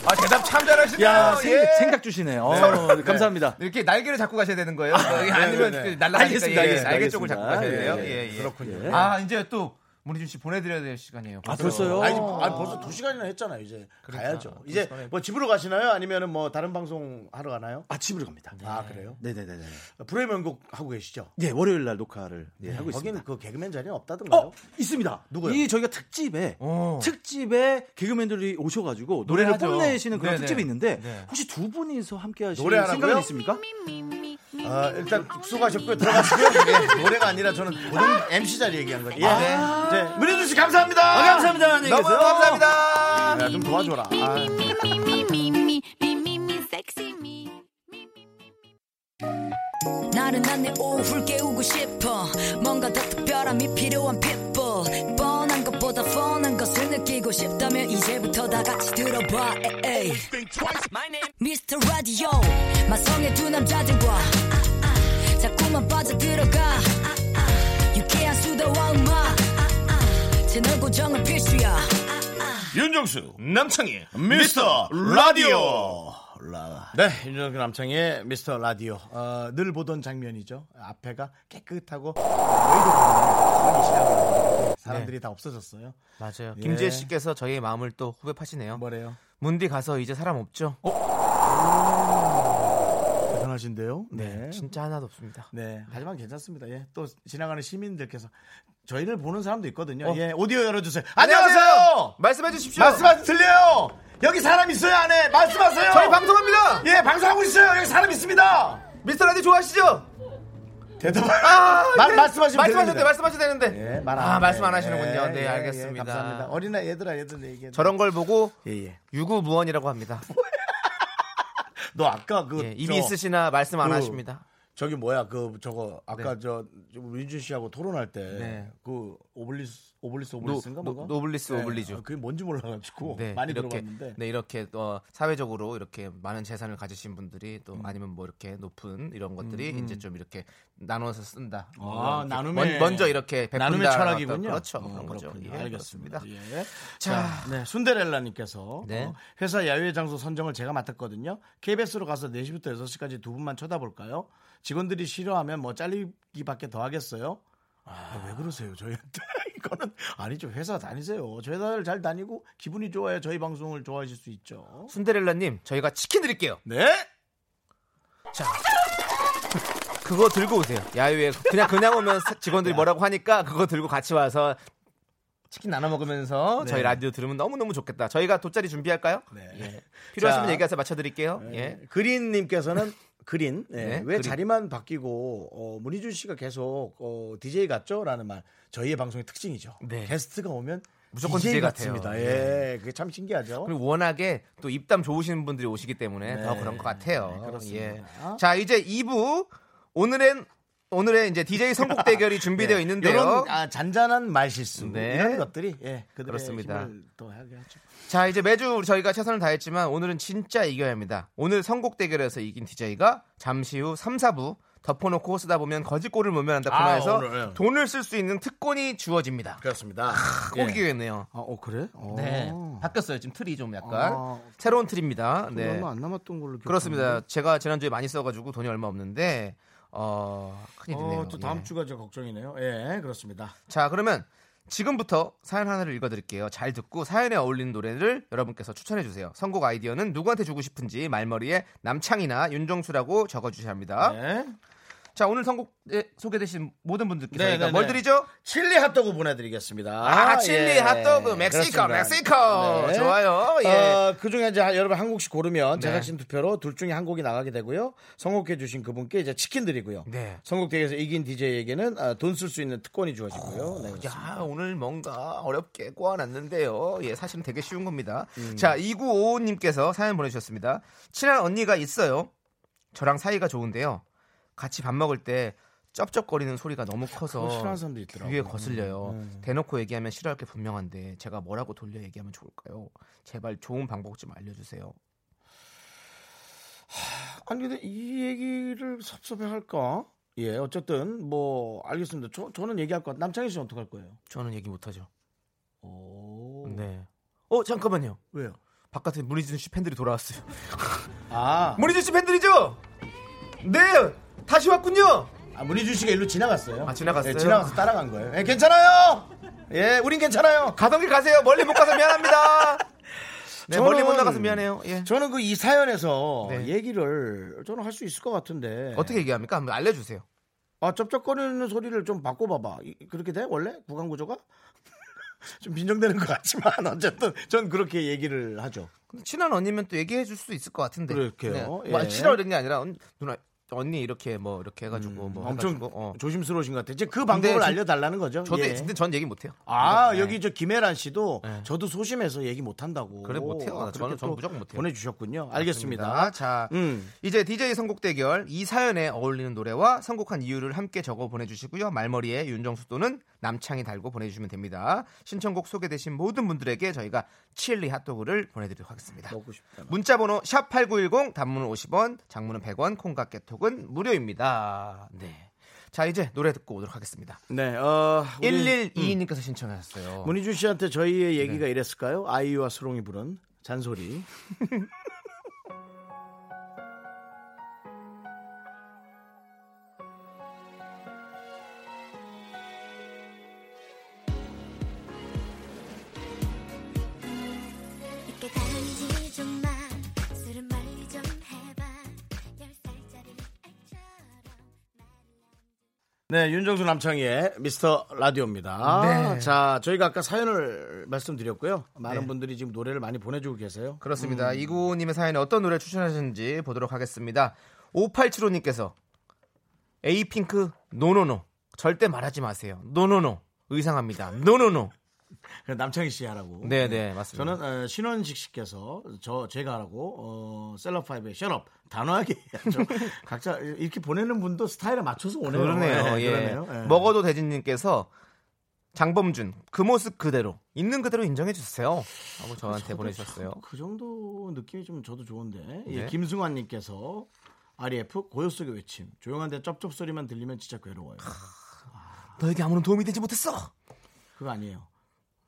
B: 아, 대답 참 잘하시네요.
C: 야, 아, 생,
B: 예. 네.
C: 각 주시네요. 어, 감사합니다.
B: 이렇게 날개를 잡고 가셔야 되는 거예요. 뭐 아니면
A: 네, 네.
B: 날라가니까
C: 알겠습니다,
B: 예,
C: 알겠습니다,
B: 날개 쪽을
C: 알겠습니다.
B: 잡고 가셔야
C: 예,
B: 돼요.
C: 예,
B: 예, 예.
A: 그렇군요.
B: 아, 이제 또 문희준 씨 보내드려야 될 시간이에요.
C: 아, 벌써요?
A: 아니, 아니, 벌써 두 시간이나 했잖아요. 이제 가야죠. 이제 뭐 집으로 가시나요? 아니면은 뭐 다른 방송 하러 가나요?
C: 아, 집으로 갑니다.
B: 네.
A: 아 그래요?
C: 네네네네.
A: 불의 명곡 하고 계시죠?
C: 예, 월요일 날 녹화를 예, 하고 있습니다.
A: 거기는 그 개그맨 자리는 없다던가요?
C: 어 있습니다.
A: 누구요? 어.
C: 이 저희가 특집에
B: 오.
C: 특집에 개그맨들이 오셔가지고 노래를
B: 노래하죠.
C: 뽐내시는 그런
B: 네네.
C: 특집이 있는데
B: 네.
C: 혹시 두 분이서 함께 하실
A: 노래하라고요?
C: 생각은 있습니까?
A: 아, 일단 수고하셨고요. 들어가시고요. 예, 노래가 아니라 저는 모든 MC 자리 얘기한 거예요. 예. 네. 네. 문희준 씨 감사합니다.
B: 아,
C: 감사합니다. 안녕히
B: 너무
C: 계세요.
B: 감사합니다.
A: 야, 좀 도와줘라. 아.
E: 나른한 내 오후를 깨우고 싶어 뭔가 더 특별함이 필요한 people 뻔한 것보다 뻔한 것을 느끼고 싶다면 이제부터 다 같이 들어봐 에이. Mr. Radio 마성의 두 남자들과 자꾸만 빠져들어가 유쾌한 수다와 음악 채널 고정은 필수야
B: 윤정수, 남창희,
A: 미스터 라디오. 라. 네, 윤정수 남창의 미스터 라디오. 어, 늘 보던 장면이죠. 앞에가 깨끗하고 의도적인 시작을. 사람들이 다 없어졌어요.
B: 맞아요.
A: 예.
B: 김지혜 씨께서 저희의 마음을 또 후벼파시네요.
A: 뭐래요?
B: 문디 가서 이제 사람 없죠?
A: 대단하신데요. 네.
B: 진짜 하나도 없습니다.
A: 네, 하지만 괜찮습니다. 예, 또 지나가는 시민들께서 저희를 보는 사람도 있거든요. 예, 오디오 열어주세요. 안녕하세요.
B: 말씀해 주십시오.
A: 말씀하세요. 들려요. 여기 사람 있어요 안에. 말씀하세요.
B: 저희 방송합니다.
A: 예, 방송하고 있어요. 여기 사람 있습니다.
B: 미스터 라디 좋아하시죠?
A: 대답.
B: 아,
A: 말
B: 그래.
A: 말씀하시면
B: 말씀하셔도 돼,
A: 됩니다.
B: 말씀하셔도 되는데.
A: 예, 말안
B: 아,
A: 하는데.
B: 말씀 안 하시는군요.
A: 예,
B: 네,
A: 예,
B: 알겠습니다.
A: 예, 감사합니다. 어린애 얘들아 얘들 얘기해.
B: 저런 걸 보고
A: 예, 예.
B: 유구무원이라고 합니다.
A: 너 아까 그
B: 예, 입이
A: 저-
B: 있으시나 말씀 안
A: 그-
B: 하십니다.
A: 저기 뭐야 그 저거 아까 저 민준 씨하고 토론할 때 그
B: 네.
A: 오블리스 오블리스 오블리스인가
B: 노-
A: 뭐가
B: 노블리스
A: 네,
B: 오블리죠.
A: 아, 그게 뭔지 몰라가지고
B: 네,
A: 많이
B: 이렇게
A: 들어봤는데
B: 네 이렇게 어, 사회적으로 이렇게 많은 재산을 가지신 분들이
A: 음.
B: 또 아니면 뭐 이렇게 높은 이런 것들이 이제 좀 이렇게 나눠서 쓴다. 뭐 이렇게
A: 아, 나눔의-
B: 먼- 먼저 이렇게 베푼다.
A: 나눔의 철학이군요.
B: 그렇죠.
A: 어,
B: 그런 거죠.
A: 그렇군요.
B: 예,
A: 알겠습니다.
B: 그렇습니다.
A: 예. 자, 네, 순데렐라님께서
B: 네.
A: 어, 네 회사 야외 장소 선정을 제가 맡았거든요. KBS로 가서 4시부터 6시까지 두 분만 쳐다볼까요? 직원들이 싫어하면 뭐 잘리기밖에 더 하겠어요? 아, 왜 그러세요 저희한테? 이거는 아니죠 회사 다니세요. 저 회사를 잘 다니고 기분이 좋아야 저희 방송을 좋아하실 수 있죠.
B: 순데렐라님 저희가 치킨 드릴게요.
A: 네.
B: 그거 들고 오세요. 야유회 그냥 그냥 오면 사- 직원들이 뭐라고 하니까 그거 들고 같이 와서 치킨 나눠 먹으면서 저희 라디오 들으면 너무 너무 좋겠다. 저희가 돗자리 준비할까요?
A: 네.
B: 예. 필요하시면
A: 자. 네.
B: 얘기하세요. 맞춰드릴게요. 예.
A: 그린님께서는 그린 예,
B: 네,
A: 왜
B: 그린.
A: 자리만 바뀌고 어, 문희준 씨가 계속 어, DJ 같죠라는 말 저희의 방송의 특징이죠.
B: 네.
A: 게스트가 오면
B: 무조건 DJ 같아요. 네.
A: 같습니다. 예, 그게 참 신기하죠.
B: 어? 그리고 워낙에 또 입담 좋으신 분들이 오시기 때문에
A: 네.
B: 더 그런 것 같아요. 예. 자 이제 2부 오늘은 오늘의 이제 DJ 선곡 대결이 준비되어
A: 네.
B: 있는데요.
A: 이런 아. 잔잔한 말실수
B: 네.
A: 이런 것들이 예, 그들의
B: 그렇습니다.
A: 힘을 또 하게 하죠.
B: 자 이제 매주 우리 저희가 최선을 다했지만 오늘은 진짜 이겨야 합니다. 오늘 선곡 대결에서 이긴 DJ가 잠시 후 3, 4부 덮어놓고 쓰다 보면 거짓골을 모면한다
A: 아,
B: 코너에서
A: 오늘. 그러니까,
B: 돈을 쓸 수 있는 특권이 주어집니다.
A: 그렇습니다.
B: 꼭 이겨야겠네요.
A: 아, 어 그래? 어.
B: 네. 바뀌었어요. 지금 틀이 좀 약간
A: 아.
B: 새로운 틀입니다.
A: 네.
B: 네.
A: 얼마 안 남았던 걸로 기억하는데.
B: 그렇습니다. 제가 지난주에 많이 써가지고 돈이 얼마 없는데 어 큰일이네요.
A: 어, 또 다음
B: 예.
A: 주가 저 걱정이네요. 예, 그렇습니다.
B: 자 그러면 지금부터 사연 하나를 읽어드릴게요. 잘 듣고 사연에 어울리는 노래를 여러분께서 추천해주세요. 선곡 아이디어는 누구한테 주고 싶은지 말머리에 남창이나 윤정수라고 적어주셔야 합니다.
A: 네.
B: 자 오늘 선곡 에 소개되신 모든 분들께
A: 네,
B: 저희가
A: 네,
B: 뭘
A: 네.
B: 드리죠?
A: 칠리 핫도그 보내드리겠습니다.
B: 아, 칠리
A: 예.
B: 핫도그
A: 그렇습니다.
B: 멕시코 멕시코
A: 네.
B: 좋아요. 예.
A: 어, 그 중에 이제 여러분 한 곡씩 고르면
B: 네.
A: 제작진 투표로 둘 중에 한 곡이 나가게 되고요. 선곡해 주신 그분께 이제 치킨 드리고요.
B: 네.
A: 선곡대회에서 이긴 DJ에게는 아, 돈 쓸 수 있는 특권이 주어지고요. 네, 그렇습니다.
B: 야, 오늘 뭔가 어렵게 꼬아놨는데요. 예, 사실은 되게 쉬운 겁니다. 자, 2955님께서 사연 보내주셨습니다. 친한 언니가 있어요. 저랑 사이가 좋은데요. 같이 밥 먹을 때 쩝쩝거리는 소리가 너무 커서
A: 그거 싫어하는 사람도 있더라고요.
B: 귀에 거슬려요. 네. 대놓고 얘기하면 싫어할 게 분명한데 제가 뭐라고 돌려 얘기하면 좋을까요? 제발 좋은 방법 좀 알려주세요.
A: 음. 아니 근데 이 얘기를 섭섭해 할까? 예, 어쨌든 뭐 알겠습니다. 저, 저는 얘기할 것 같- 남창희 씨는 어떡할 거예요?
B: 저는 얘기 못하죠.
A: 오.
B: 네. 어, 잠깐만요.
A: 왜요?
B: 바깥에 문희준 씨 팬들이 돌아왔어요.
A: 아,
B: 문희준 씨 팬들이죠? 네, 다시 왔군요.
A: 아, 문희준 씨가 일로 지나갔어요.
B: 아, 지나갔어요?
A: 예, 지나가서 따라간 거예요. 예, 괜찮아요. 예, 우린 괜찮아요.
B: 가던 길 가세요. 멀리 못 가서 미안합니다. 네,
A: 저는-
B: 멀리 못 나가서 미안해요. 예.
A: 저는 그 이 사연에서
B: 네.
A: 얘기를 저는 할 수 있을 것 같은데
B: 어떻게 얘기합니까? 한번 알려주세요.
A: 아 쩝쩝거리는 소리를 좀 바꿔봐봐 이- 그렇게 돼 원래 구강 구조가 좀 민정되는 것 같지만 어쨌든 전 그렇게 얘기를 하죠
B: 근데 친한 언니면 또 얘기해 줄 수 있을 것 같은데.
A: 그럴게요.
B: 네. 뭐,
A: 예.
B: 싫어 이런 게 아니라 언, 누나 언니 이렇게 뭐 이렇게 해가지고 뭐
A: 음, 엄청
B: 해가지고, 어.
A: 조심스러우신 것 같아 이제 그 방법을
B: 근데 저-
A: 알려달라는 거죠
B: 저도
A: 예.
B: 근데 전 얘기 못해요.
A: 아
B: 네.
A: 여기 저 김혜란 씨도
B: 네.
A: 저도 소심해서 얘기 못한다고
B: 그래, 못해요.
A: 아,
B: 저는-
A: 그렇게
B: 저는
A: 또
B: 무조건 못해요.
A: 보내주셨군요 알겠습니다
B: 알겠습니다. 자,
A: 음.
B: 이제 DJ 선곡 대결 이 사연에 어울리는 노래와 선곡한 이유를 함께 적어 보내주시고요. 말머리에 윤정수 또는 남창이 달고 보내주시면 됩니다. 신청곡 소개되신 모든 분들에게 저희가 칠리 핫도그를 보내드리도록 하겠습니다.
A: 먹고 싶다
B: 문자번호 샵 #8910 단문은 50원, 장문은 100원, 콩과 깨톡은 무료입니다. 네. 자 이제 노래 듣고 오도록 하겠습니다.
A: 네 어, 우리-
B: 1122님께서 신청하셨어요.
A: 문희준 씨한테 저희의
B: 네.
A: 얘기가 이랬을까요? 아이유와 수롱이 부른 잔소리.
F: 이렇게 달리지 좀 마. 술은 멀리 좀 해봐. 열 살짜리 아이처럼.
A: 네, 윤정수 남창희의 미스터 라디오입니다.
B: 네.
A: 자, 저희가 아까 사연을 말씀드렸고요. 많은 분들이 지금 노래를 많이 보내주고 계세요.
B: 그렇습니다.
A: 음.
B: 이구님의 사연에 어떤 노래 추천하셨는지 보도록 하겠습니다. 5875님께서 에이핑크 노노노 절대 말하지 마세요. 노노노 의상합니다. 노노노.
A: 그럼 남창희 씨 하라고.
B: 네네 맞습니다.
A: 저는 어, 신원식 씨께서 저 제가 하라고 어, 셀럽파이브의 셔럽 단호하게 해야죠. 각자 이렇게 보내는 분도 스타일에 맞춰서 오네요.
B: 그러네요.
A: 네,
B: 예.
A: 그러네요. 예.
B: 먹어도 대진님께서 장범준 그 모습 그대로 있는 그대로 인정해 주세요. 하고 저한테 보내주셨어요.
A: 그 정도 느낌이 좀 저도 좋은데 예,
B: 네.
A: 김승환님께서 RF 고요 속의 외침 조용한데 쩝쩝 소리만 들리면 진짜 괴로워요.
B: 너에게 아무런 도움이 되지 못했어.
A: 그거 아니에요.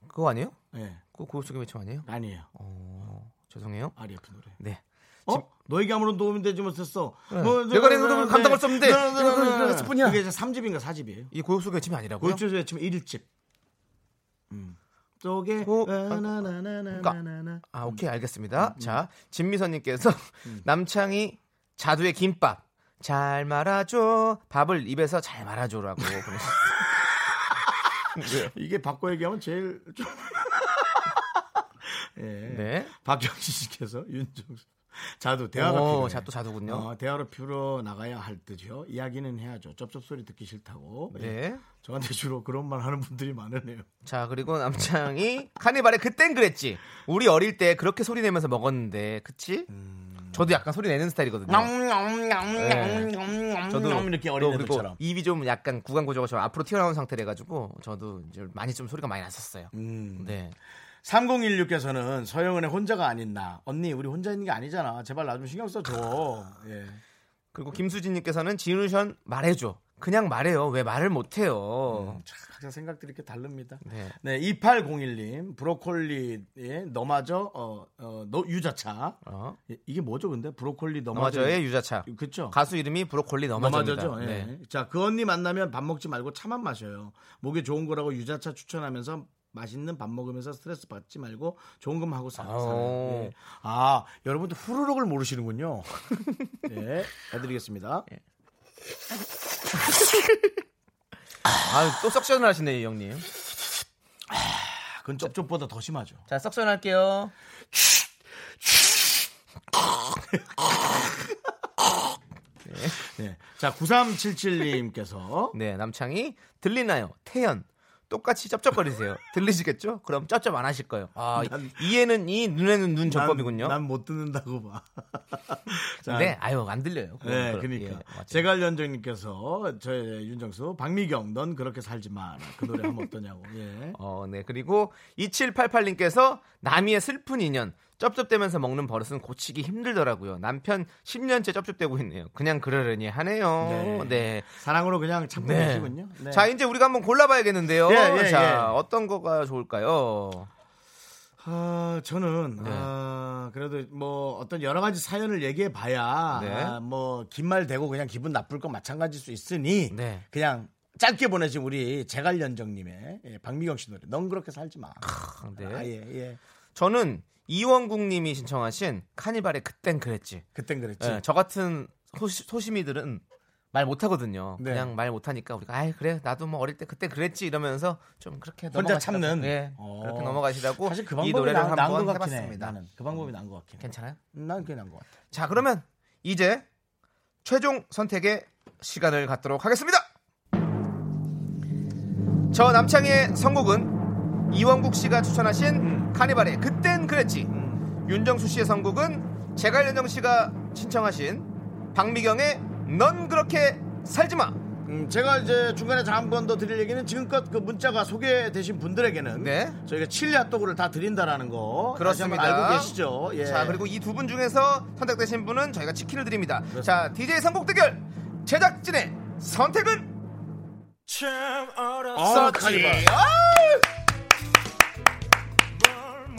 B: 그거 아니에요?
A: 예,
B: 그거 고요 속의 외침 아니에요?
A: 아니에요.
B: 어, 죄송해요.
A: RF 노래.
B: 네.
A: 어? 너에게 아무런 도움이 되지 못했어. 뭐, 네,
B: 내가 내 노동을 감당할 수 없는데 이렇게
A: 그랬을
B: 그랬을
A: 뿐이야.
B: 뿐이야.
A: 이게 이제 3집인가 4집이에요.
B: 이게 고육수 외침이 아니라고요?
A: 골초에 지금 1집. 음. 쪽에
B: 어,
A: 나나나나나나나. 음.
B: 아 오케이 알겠습니다. 자 진미선님께서 남창이 자두의 김밥 잘 말아줘 밥을 입에서 잘 말아줘라고 보내셨어요.
A: 이게 바꿔 얘기하면 제일 좀 예.
B: 네.
A: 박정희 씨께서 윤정수 자두 대화가
B: 오,
A: 필요해.
B: 자, 또 자두군요.
A: 어, 대화로 풀어 나가야 할 듯이요. 이야기는 해야죠. 쩝쩝 소리 듣기 싫다고.
B: 네.
A: 저한테 주로 그런 말 하는 분들이 많으네요.
B: 자 그리고 남창이 카니발에 그땐 그랬지. 우리 어릴 때 그렇게 소리 내면서 먹었는데 그치?
A: 음.
B: 저도 약간 소리 내는 스타일이거든요. 네. 저도
A: 음. 이렇게
B: 또
A: 어린
B: 그리고
A: 애들처럼.
B: 입이 좀 약간 구강 고조가 좀 앞으로 튀어나온 상태래 가지고 저도 이제 많이 좀 소리가 많이 났었어요.
A: 음.
B: 네.
A: 3016께서는 서영은의 혼자가 아닌 나. 언니, 우리 혼자 있는 게 아니잖아. 제발 나 좀 신경 써줘. 예.
B: 그리고 김수진님께서는 지누션 말해줘. 그냥 말해요. 왜 말을 못해요?
A: 참, 항상 생각들이 이렇게 다릅니다.
B: 네.
A: 네, 2801님, 브로콜리의 너마저, 어, 어, 너, 유자차.
B: 어?
A: 예, 이게 뭐죠, 근데? 브로콜리 너마저.
B: 너마저의 유자차.
A: 그쵸.
B: 가수 이름이 브로콜리 너마저입니다.
A: 너마저죠. 예.
B: 네.
A: 자, 그 언니 만나면 밥 먹지 말고 차만 마셔요. 목에 좋은 거라고 유자차 추천하면서 맛있는 밥 먹으면서 스트레스 받지 말고 좋은 것만 하고 사- 살아요.
B: 오.
A: 예. 아, 여러분도 후루룩을 모르시는군요. 네, 해드리겠습니다.
B: 예. 아또 석션을 하시네 이 형님.
A: 아, 그건 쩝쩝보다 더 심하죠.
B: 자 석션 할게요.
A: 네. 자, 9377님께서
B: 네 남창이 들리나요? 태연. 똑같이 쩝쩝거리세요. 들리시겠죠? 그럼 쩝쩝 안 하실 거예요. 아, 이에는 이, 눈에는 눈 전법이군요.
A: 난 못 듣는다고 봐. 자,
B: 네, 아유, 안 들려요. 그건
A: 네,
B: 그럼.
A: 그러니까
B: 예, 맞아요.
A: 제갈연정님께서 저 윤정수 박미경 넌 그렇게 살지 마라 그 노래 하면 어떠냐고 예.
B: 어, 네. 그리고 2788님께서 남이의 슬픈 인연 쩝쩝대면서 먹는 버릇은 고치기 힘들더라고요. 남편 10년째 쩝쩝대고 있네요. 그냥 그러려니 하네요.
A: 네.
B: 네.
A: 사랑으로 그냥 참고
B: 네.
A: 계시군요. 네.
B: 자, 이제 우리가 한번 골라봐야겠는데요.
A: 예, 예,
B: 자,
A: 예.
B: 어떤 거가 좋을까요?
A: 아, 저는
B: 네.
A: 아, 그래도 뭐 어떤 여러 가지 사연을 얘기해 봐야
B: 네.
A: 아, 뭐긴 말 되고 그냥 기분 나쁠 건 마찬가지일 수 있으니
B: 네.
A: 그냥 짧게 보내신 우리 제갈연정님의 예, 박미경 씨 노래 넌 그렇게 살지 마.
B: 네.
A: 아, 예, 예.
B: 저는 이원국님이 신청하신 카니발의 그땐 그랬지.
A: 그땐 그랬지.
B: 예, 저 같은 소시, 소심이들은 말 못하거든요.
A: 네.
B: 그냥 말 못하니까 우리가 아 그래 나도 뭐 어릴 때 그때 그랬지 이러면서 좀 그렇게
A: 혼자
B: 넘어가시라고.
A: 참는.
B: 예,
A: 어.
B: 그렇게 넘어가시라고
A: 사실 그
B: 이
A: 방법이
B: 노래를
A: 나, 나은
B: 한번
A: 것 같긴 해.
B: 해봤습니다. 음,
A: 나는 그 방법이 나은 것 같긴 해.
B: 괜찮아요?
A: 난 그게 나은 것 같아.
B: 자 그러면 이제 최종 선택의 시간을 갖도록 하겠습니다. 저 남창희의 선곡은 이원국 씨가 추천하신
A: 음.
B: 카니발의 그땐 그랬지. 윤정수 씨의 선곡은 제갈연정 씨가 신청하신 박미경의 넌 그렇게 살지마.
A: 음, 제가 이제 중간에 한 번 더 드릴 얘기는 지금껏 그 문자가 소개되신 분들에게는
B: 네.
A: 저희가 칠리 핫도그를 다 드린다라는 거
B: 그렇습니다.
A: 다시 한번 알고 계시죠? 예.
B: 자 그리고 이 두 분 중에서 선택되신 분은 저희가 치킨을 드립니다.
A: 그렇습니다.
B: 자 DJ 선곡 대결 제작진의 선택은
A: 아, 카니발.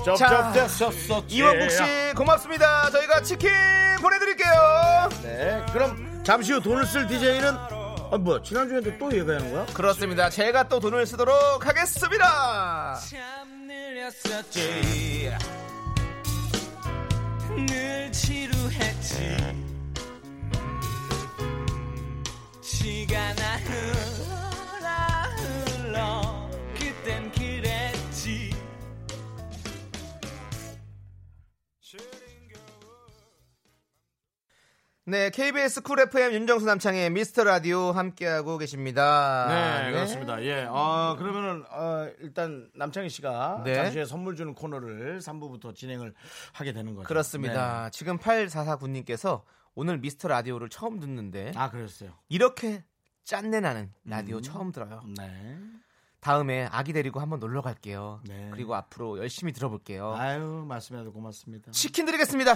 B: 자,
A: 접접됐었었지.
B: 이원국 씨 고맙습니다. 저희가 치킨 보내드릴게요.
A: 네. 그럼 잠시 후 돈을 쓸 DJ는 아, 뭐야 지난주에도 또 얘기하는 거야?
B: 그렇습니다. 제가 또 돈을 쓰도록 하겠습니다.
G: 참 늘렸었지 늘 지루했지 시간 아 흘러 흘러 그땐 그랬지
B: 네, KBS 쿨 FM 윤정수 남창의 미스터 라디오 함께하고 계십니다.
A: 네, 그렇습니다. 예. 아, 그러면은 어, 일단 남창희 씨가
B: 네.
A: 잠시 후에 선물 주는 코너를 3부부터 진행을 하게 되는 거죠.
B: 그렇습니다.
A: 네.
B: 지금 8449님께서 오늘 미스터 라디오를 처음 듣는데
A: 네. 아, 그랬어요.
B: 이렇게 짠내 나는 라디오 처음 들어요.
A: 네.
B: 다음에 아기 데리고 한번 놀러 갈게요.
A: 네.
B: 그리고 앞으로 열심히 들어볼게요.
A: 아유, 말씀해도 고맙습니다.
B: 치킨 드리겠습니다.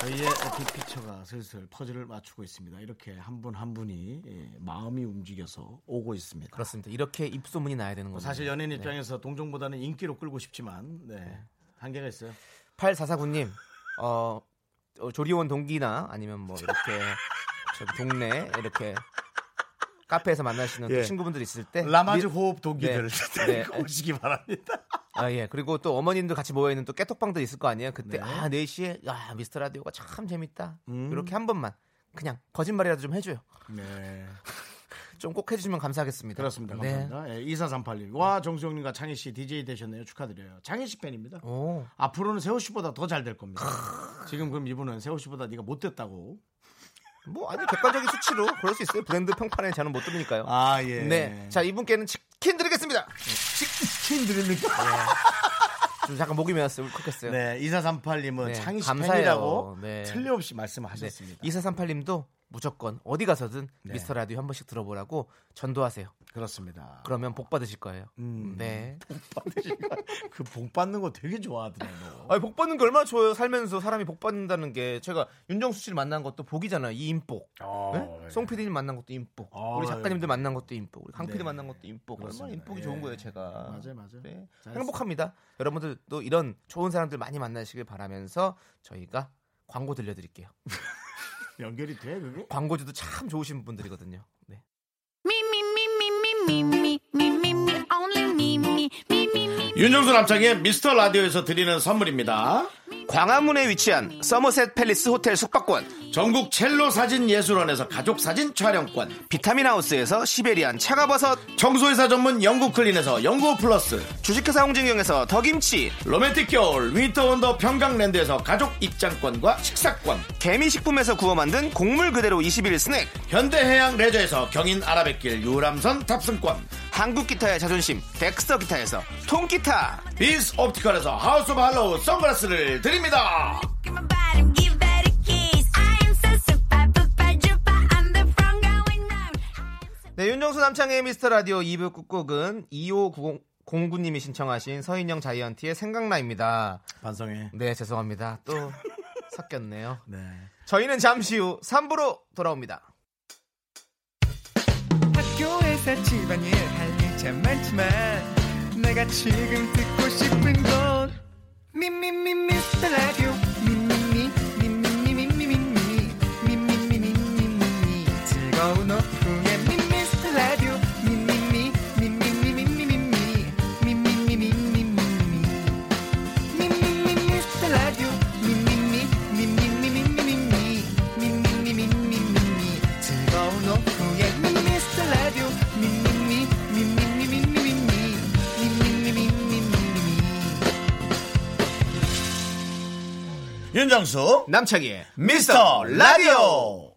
A: 저희의 빅피처가 슬슬 퍼즐을 맞추고 있습니다. 이렇게 한 분 한 분이 예, 마음이 움직여서 오고 있습니다. 네.
B: 그렇습니다. 이렇게 입소문이 나야 되는 거죠.
A: 사실 연예인 입장에서 네. 동종보다는 인기로 끌고 싶지만 네, 한계가 있어요.
B: 8449님, 어, 어, 조리원 동기나 아니면 뭐 이렇게 저기 동네 이렇게 카페에서 만나시는
A: 예.
B: 또 친구분들 있을 때
A: 라마즈
B: 미-
A: 호흡 동기들을
B: 네.
A: 데리고
B: 네.
A: 오시기 바랍니다.
B: 아, 예. 그리고 또 어머님들 같이 모여있는 또 깨톡방들 있을 거 아니에요?
A: 네.
B: 그때, 아, 4시에, 야, 미스터 라디오가 참 재밌다.
A: 음.
B: 이렇게 한 번만. 그냥 거짓말이라도 좀 해줘요.
A: 네.
B: 좀 꼭 해주시면 감사하겠습니다.
A: 그렇습니다.
B: 네.
A: 감사합니다. 예, 2438님. 와, 정수영님과 창희 씨 DJ 되셨네요. 축하드려요. 창희 씨 팬입니다.
B: 오.
A: 앞으로는 세호 씨보다 더 잘 될 겁니다. 지금 그럼 이분은 세호 씨보다 네가 못 됐다고.
B: 뭐, 아니, 객관적인 수치로 그럴 수 있어요. 브랜드 평판에 저는 못 들으니까요.
A: 아, 예.
B: 네. 자, 이분께는 치킨 드리겠습니다.
A: 치킨 드립니까?
B: 좀 잠깐 목이 메었어요. 울컥했어요.
A: 네, 2438님은
B: 네,
A: 창희 씨
B: 감사해요.
A: 팬이라고
B: 네.
A: 틀림없이 말씀하셨습니다. 네.
B: 2438님도 무조건 어디 가서든 미스터 라디오 한 번씩 들어보라고 전도하세요.
A: 그렇습니다.
B: 그러면 복 받으실 거예요.
A: 음.
B: 네.
A: 그복 받는 거 되게 좋아하더라, 너.
B: 아니 복 받는 게 얼마나 좋아요. 살면서 사람이 복 받는다는 게 제가 윤정수 씨를 만난 것도 복이잖아요. 이 인복. 네? 송 PD님 만난 것도 인복.
A: 예. 아,
B: 우리
A: 예.
B: 작가님들 만난 것도 인복. 우리 강 PD
A: 네.
B: 만난 것도 인복. 얼마나
A: 그렇습니다.
B: 인복이
A: 예.
B: 좋은 거예요, 제가.
A: 맞아요, 맞아요.
B: 네.
A: 잘했어요.
B: 행복합니다. 여러분들도 이런 좋은 사람들 많이 만나시길 바라면서 저희가 광고 들려드릴게요.
A: 연결이 돼, 그게?
B: 광고주도 참 좋으신 분들이거든요. 네.
A: 윤정수 남창의 미스터 라디오에서 드리는 선물입니다.
B: 광화문에 위치한 서머셋 팰리스 호텔 숙박권,
A: 전국 첼로 사진 예술원에서 가족 사진 촬영권,
B: 비타민 하우스에서 시베리안 차가버섯,
A: 청소회사 전문 영국 클린에서 영국 플러스,
B: 주식회사 홍진경에서 더김치,
A: 로맨틱 겨울 위터 원더 평강랜드에서 가족 입장권과 식사권,
B: 개미식품에서 구워 만든 곡물 그대로 21 스낵,
A: 현대해양 레저에서 경인 아라뱃길 유람선 탑승권,
B: 한국 기타의 자존심 덱스터 기타에서 통기타
A: 비스 옵티컬에서 하우스 오브 할로우 선글라스를 드립니다.
B: 네 윤정수 남창의 미스터 라디오 2부 끝곡은 2509님이 신청하신 서인영 자이언티의 생각나입니다
A: 반성해.
B: 네 죄송합니다 또 섞였네요
A: 네.
B: 저희는 잠시 후 3부로 돌아옵니다
G: 학교에서 집안일 할 일 참 많지만 내가 지금 듣고 싶은 건 미미미 미스터 라디오 미미미 미미미 미미미 미미미 미미미 즐거운 오후에 미스터 라디오 미미미 미미미 미미미 미미미 미미미
A: 윤정수
B: 남창희의
A: 미스터 라디오.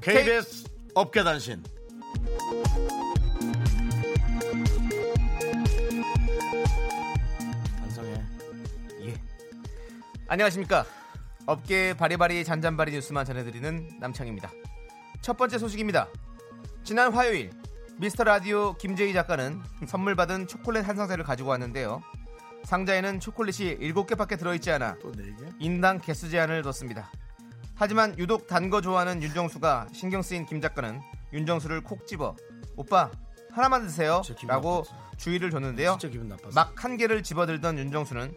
A: KBS 업계 단신. 반성해.
B: 예. 안녕하십니까 업계 바리바리 잔잔바리 뉴스만 전해드리는 남창입니다 첫 번째 소식입니다 지난 화요일 미스터 라디오 김재희 작가는 선물 받은 초콜릿 한 상자를 가지고 왔는데요 상자에는 초콜릿이 7개밖에 들어있지 않아
A: 또네 내게?
B: 인당 개수 제한을 뒀습니다. 하지만 유독 단 거 좋아하는 윤정수가 신경 쓰인 김 작가는 윤정수를 콕 집어 오빠 하나만
A: 진짜 기분
B: 드세요라고
A: 나빴어.
B: 주의를 줬는데요.
A: 진짜 기분 나빴어.
B: 막 한 개를 집어들던 윤정수는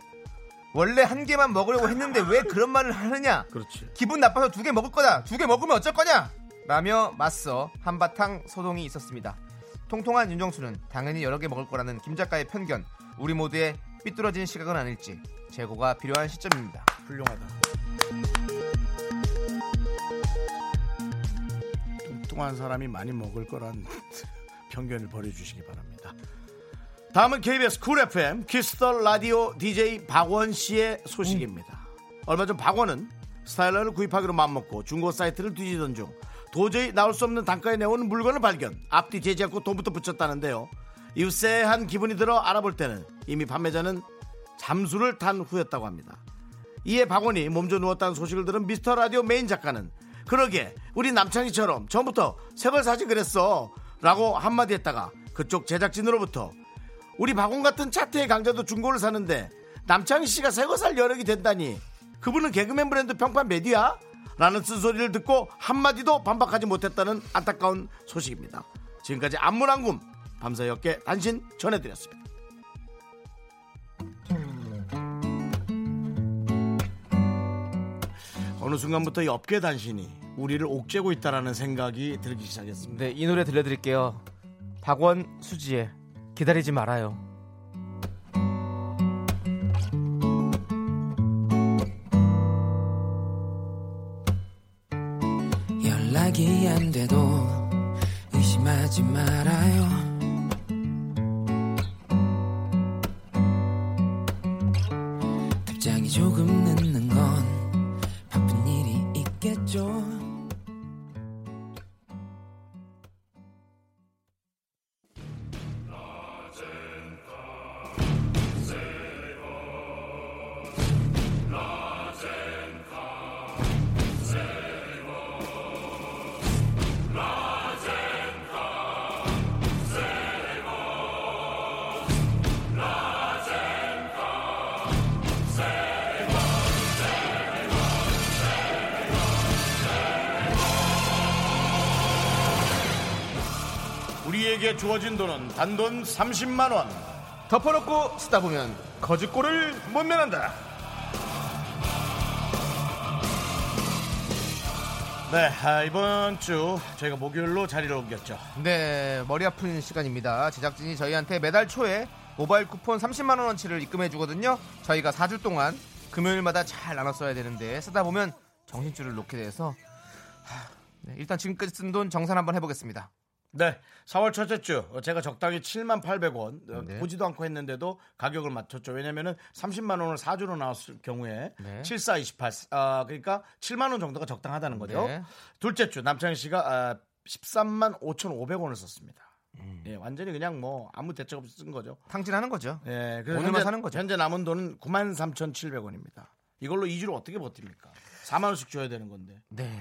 B: 원래 한 개만 먹으려고 했는데 왜 그런 말을 하느냐?
A: 그렇지.
B: 기분 나빠서 두 개 먹을 거다. 두 개 먹으면 어쩔 거냐? 라며 맞서 한바탕 소동이 있었습니다. 통통한 윤정수는 당연히 여러 개 먹을 거라는 김 작가의 편견, 우리 모두의 삐뚤어진 시각은 아닐지 재고가 필요한 시점입니다.
A: 훌륭하다. 뚱뚱한 사람이 많이 먹을 거란 편견을 버려주시기 바랍니다. 다음은 KBS 쿨 FM 키스터 라디오 DJ 박원 씨의 소식입니다. 얼마 전 박원은 스타일러를 구입하기로 마음먹고 중고 사이트를 뒤지던 중 도저히 나올 수 없는 단가에 내오는 물건을 발견 앞뒤 재지 않고 돈부터 붙였다는데요. 입세한 기분이 들어 알아볼 때는 이미 판매자는 잠수를 탄 후였다고 합니다. 이에 박원이 몸져 누웠다는 소식을 들은 미스터 라디오 메인 작가는 그러게 우리 남창희처럼 전부터 새 걸 사지 그랬어 라고 한마디 했다가 그쪽 제작진으로부터 우리 박원 같은 차트의 강자도 중고를 사는데 남창희 씨가 새 거 살 여력이 된다니 그분은 개그맨 브랜드 평판 메디야? 라는 쓴소리를 듣고 한마디도 반박하지 못했다는 안타까운 소식입니다. 지금까지 안무랑굼 밤사이 어깨 단신 전해드렸습니다. 어느 순간부터 이 업계 단신이 우리를 옥죄고 있다라는 생각이 들기 시작했습니다.
B: 네, 이 노래 들려드릴게요. 박원 수지의 기다리지 말아요.
H: 연락이 안 돼도 의심하지 말아요. 답장이 조금 늦는 건 바쁜 일이 있겠죠.
A: 우리에게 주어진 돈은 단돈 30만 원.
B: 덮어놓고 쓰다 보면 거짓골을 못 면한다.
A: 네, 아, 이번 주 저희가 목요일로 자리를 옮겼죠.
B: 네, 머리 아픈 시간입니다. 제작진이 저희한테 매달 초에 모바일 쿠폰 30만 원어치를 입금해 주거든요. 저희가 4주 동안 금요일마다 잘 나눠 써야 되는데 쓰다 보면 정신줄을 놓게 돼서 하, 네, 일단 지금까지 쓴 돈 정산 한번 해보겠습니다.
A: 네, 4월 첫째 주 어, 제가 적당히 7만 800원 어,
B: 네.
A: 보지도 않고 했는데도 가격을 맞췄죠. 왜냐면은 30만 원을 4주로 나왔을 경우에
B: 네.
A: 7428 아, 그러니까 7만 원 정도가 적당하다는 거죠.
B: 네.
A: 둘째 주 남창희 씨가 아, 13만 5,500원을 썼습니다.
B: 음.
A: 예, 완전히 그냥 뭐 아무 대책 없이 쓴 거죠.
B: 탕진하는 거죠.
A: 예, 그래서
B: 오늘만
A: 현재,
B: 사는 거죠.
A: 현재 남은 돈은 93,700원입니다. 이걸로 2주를 어떻게 버팁니까? 4만 원씩 줘야 되는 건데
B: 네,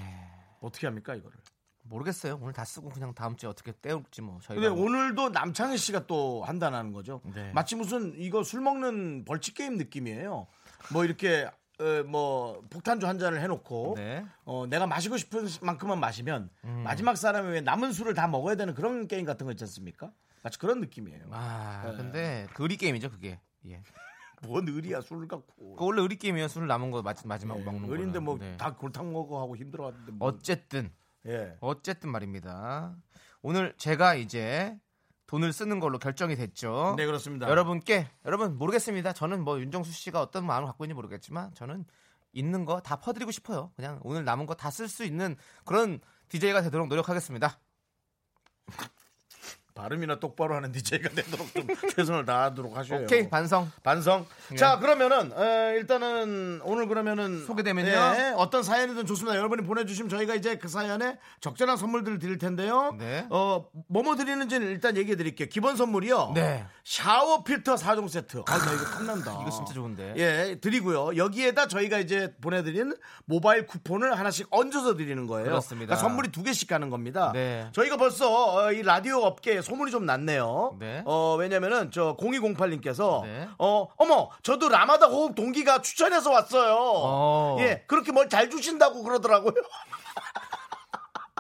A: 어떻게 합니까 이거를?
B: 모르겠어요. 오늘 다 쓰고 그냥 다음 주에 어떻게 때울지 뭐 저희가.
A: 근데 오늘도 남창희 씨가 또 한다는 거죠.
B: 네.
A: 마치 무슨 이거 술 먹는 벌칙 게임 느낌이에요. 뭐 이렇게 에, 뭐 폭탄주 한 잔을 해놓고
B: 네. 음.
A: 어, 내가 마시고 싶은 만큼만 마시면 마지막 사람이 왜 남은 술을 다 먹어야 되는 그런 게임 같은 거 있지 않습니까? 마치 그런 느낌이에요.
B: 아,
A: 예.
B: 근데 그 의리 게임이죠 그게. 예.
A: 뭔 의리야 뭐 술을 갖고.
B: 그 원래 의리 게임이에요. 술 남은 거 마- 마지막 먹는 거.
A: 의리인데 뭐 다 골탕 먹어 하고 힘들어하는데 뭐.
B: 어쨌든
A: 예.
B: 어쨌든 말입니다. 오늘 제가 이제 돈을 쓰는 걸로 결정이 됐죠.
A: 네 그렇습니다.
B: 어? 여러분께 여러분 모르겠습니다. 저는 뭐 윤정수 씨가 어떤 마음을 갖고 있는지 모르겠지만 저는 있는 거 다 퍼드리고 싶어요. 그냥 오늘 남은 거 다 쓸 수 있는 그런 DJ가 되도록 노력하겠습니다.
A: 발음이나 똑바로 하는 DJ가 되도록 좀 최선을 다하도록 하셔요.
B: 오케이 반성.
A: 반성.
B: 네.
A: 자, 그러면은 에, 일단은 오늘 그러면은
B: 소개되면요?
A: 예, 어떤 사연이든 좋습니다. 여러분이 보내주시면 저희가 이제 그 사연에 적절한 선물들을 드릴 텐데요.
B: 네.
A: 어, 뭐뭐 드리는지는 일단 얘기해 드릴게요. 기본 선물이요.
B: 네.
A: 샤워 필터 4종 세트. 아, 나 이거 탐난다.
B: 이거 진짜 좋은데.
A: 예, 드리고요. 여기에다 저희가 이제 보내드린 모바일 쿠폰을 하나씩 얹어서 드리는 거예요.
B: 그렇습니다.
A: 그러니까 선물이 두 개씩 가는 겁니다.
B: 네.
A: 저희가 벌써 어, 이 라디오 업계에 소문이 좀 났네요.
B: 네.
A: 어, 왜냐면은 저 0208님께서
B: 네.
A: 어, 어머, 저도 라마다 호흡 동기가 추천해서 왔어요.
B: 어.
A: 예, 그렇게 뭘 잘 주신다고 그러더라고요.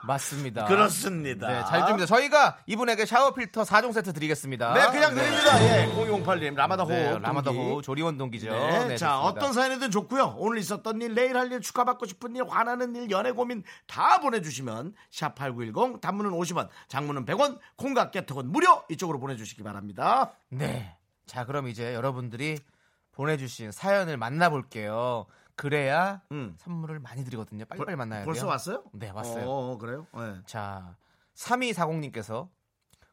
B: 맞습니다.
A: 그렇습니다.
B: 아. 네, 잘 줍니다. 저희가 이분에게 샤워 필터 4종 세트 드리겠습니다.
A: 네, 그냥 드립니다. 예, 0208님 라마다 호흡.
B: 네,
A: 동기.
B: 라마다호 조리원 동기죠.
A: 네,
B: 네,
A: 자
B: 좋습니다.
A: 어떤 사연이든 좋고요. 오늘 있었던 일, 내일 할 일, 축하받고 싶은 일, 화나는 일, 연애 고민 다 보내주시면 샵 #8910 단문은 50원, 장문은 100원, 콩과 깨톡은 무료 이쪽으로 보내주시기 바랍니다.
B: 네. 자, 그럼 이제 여러분들이 보내주신 사연을 만나볼게요. 그래야
A: 음.
B: 선물을 많이 드리거든요. 빨리빨리 만나야
A: 벌써
B: 돼요.
A: 왔어요?
B: 네, 왔어요.
A: 어, 그래요? 네.
B: 자, 3240님께서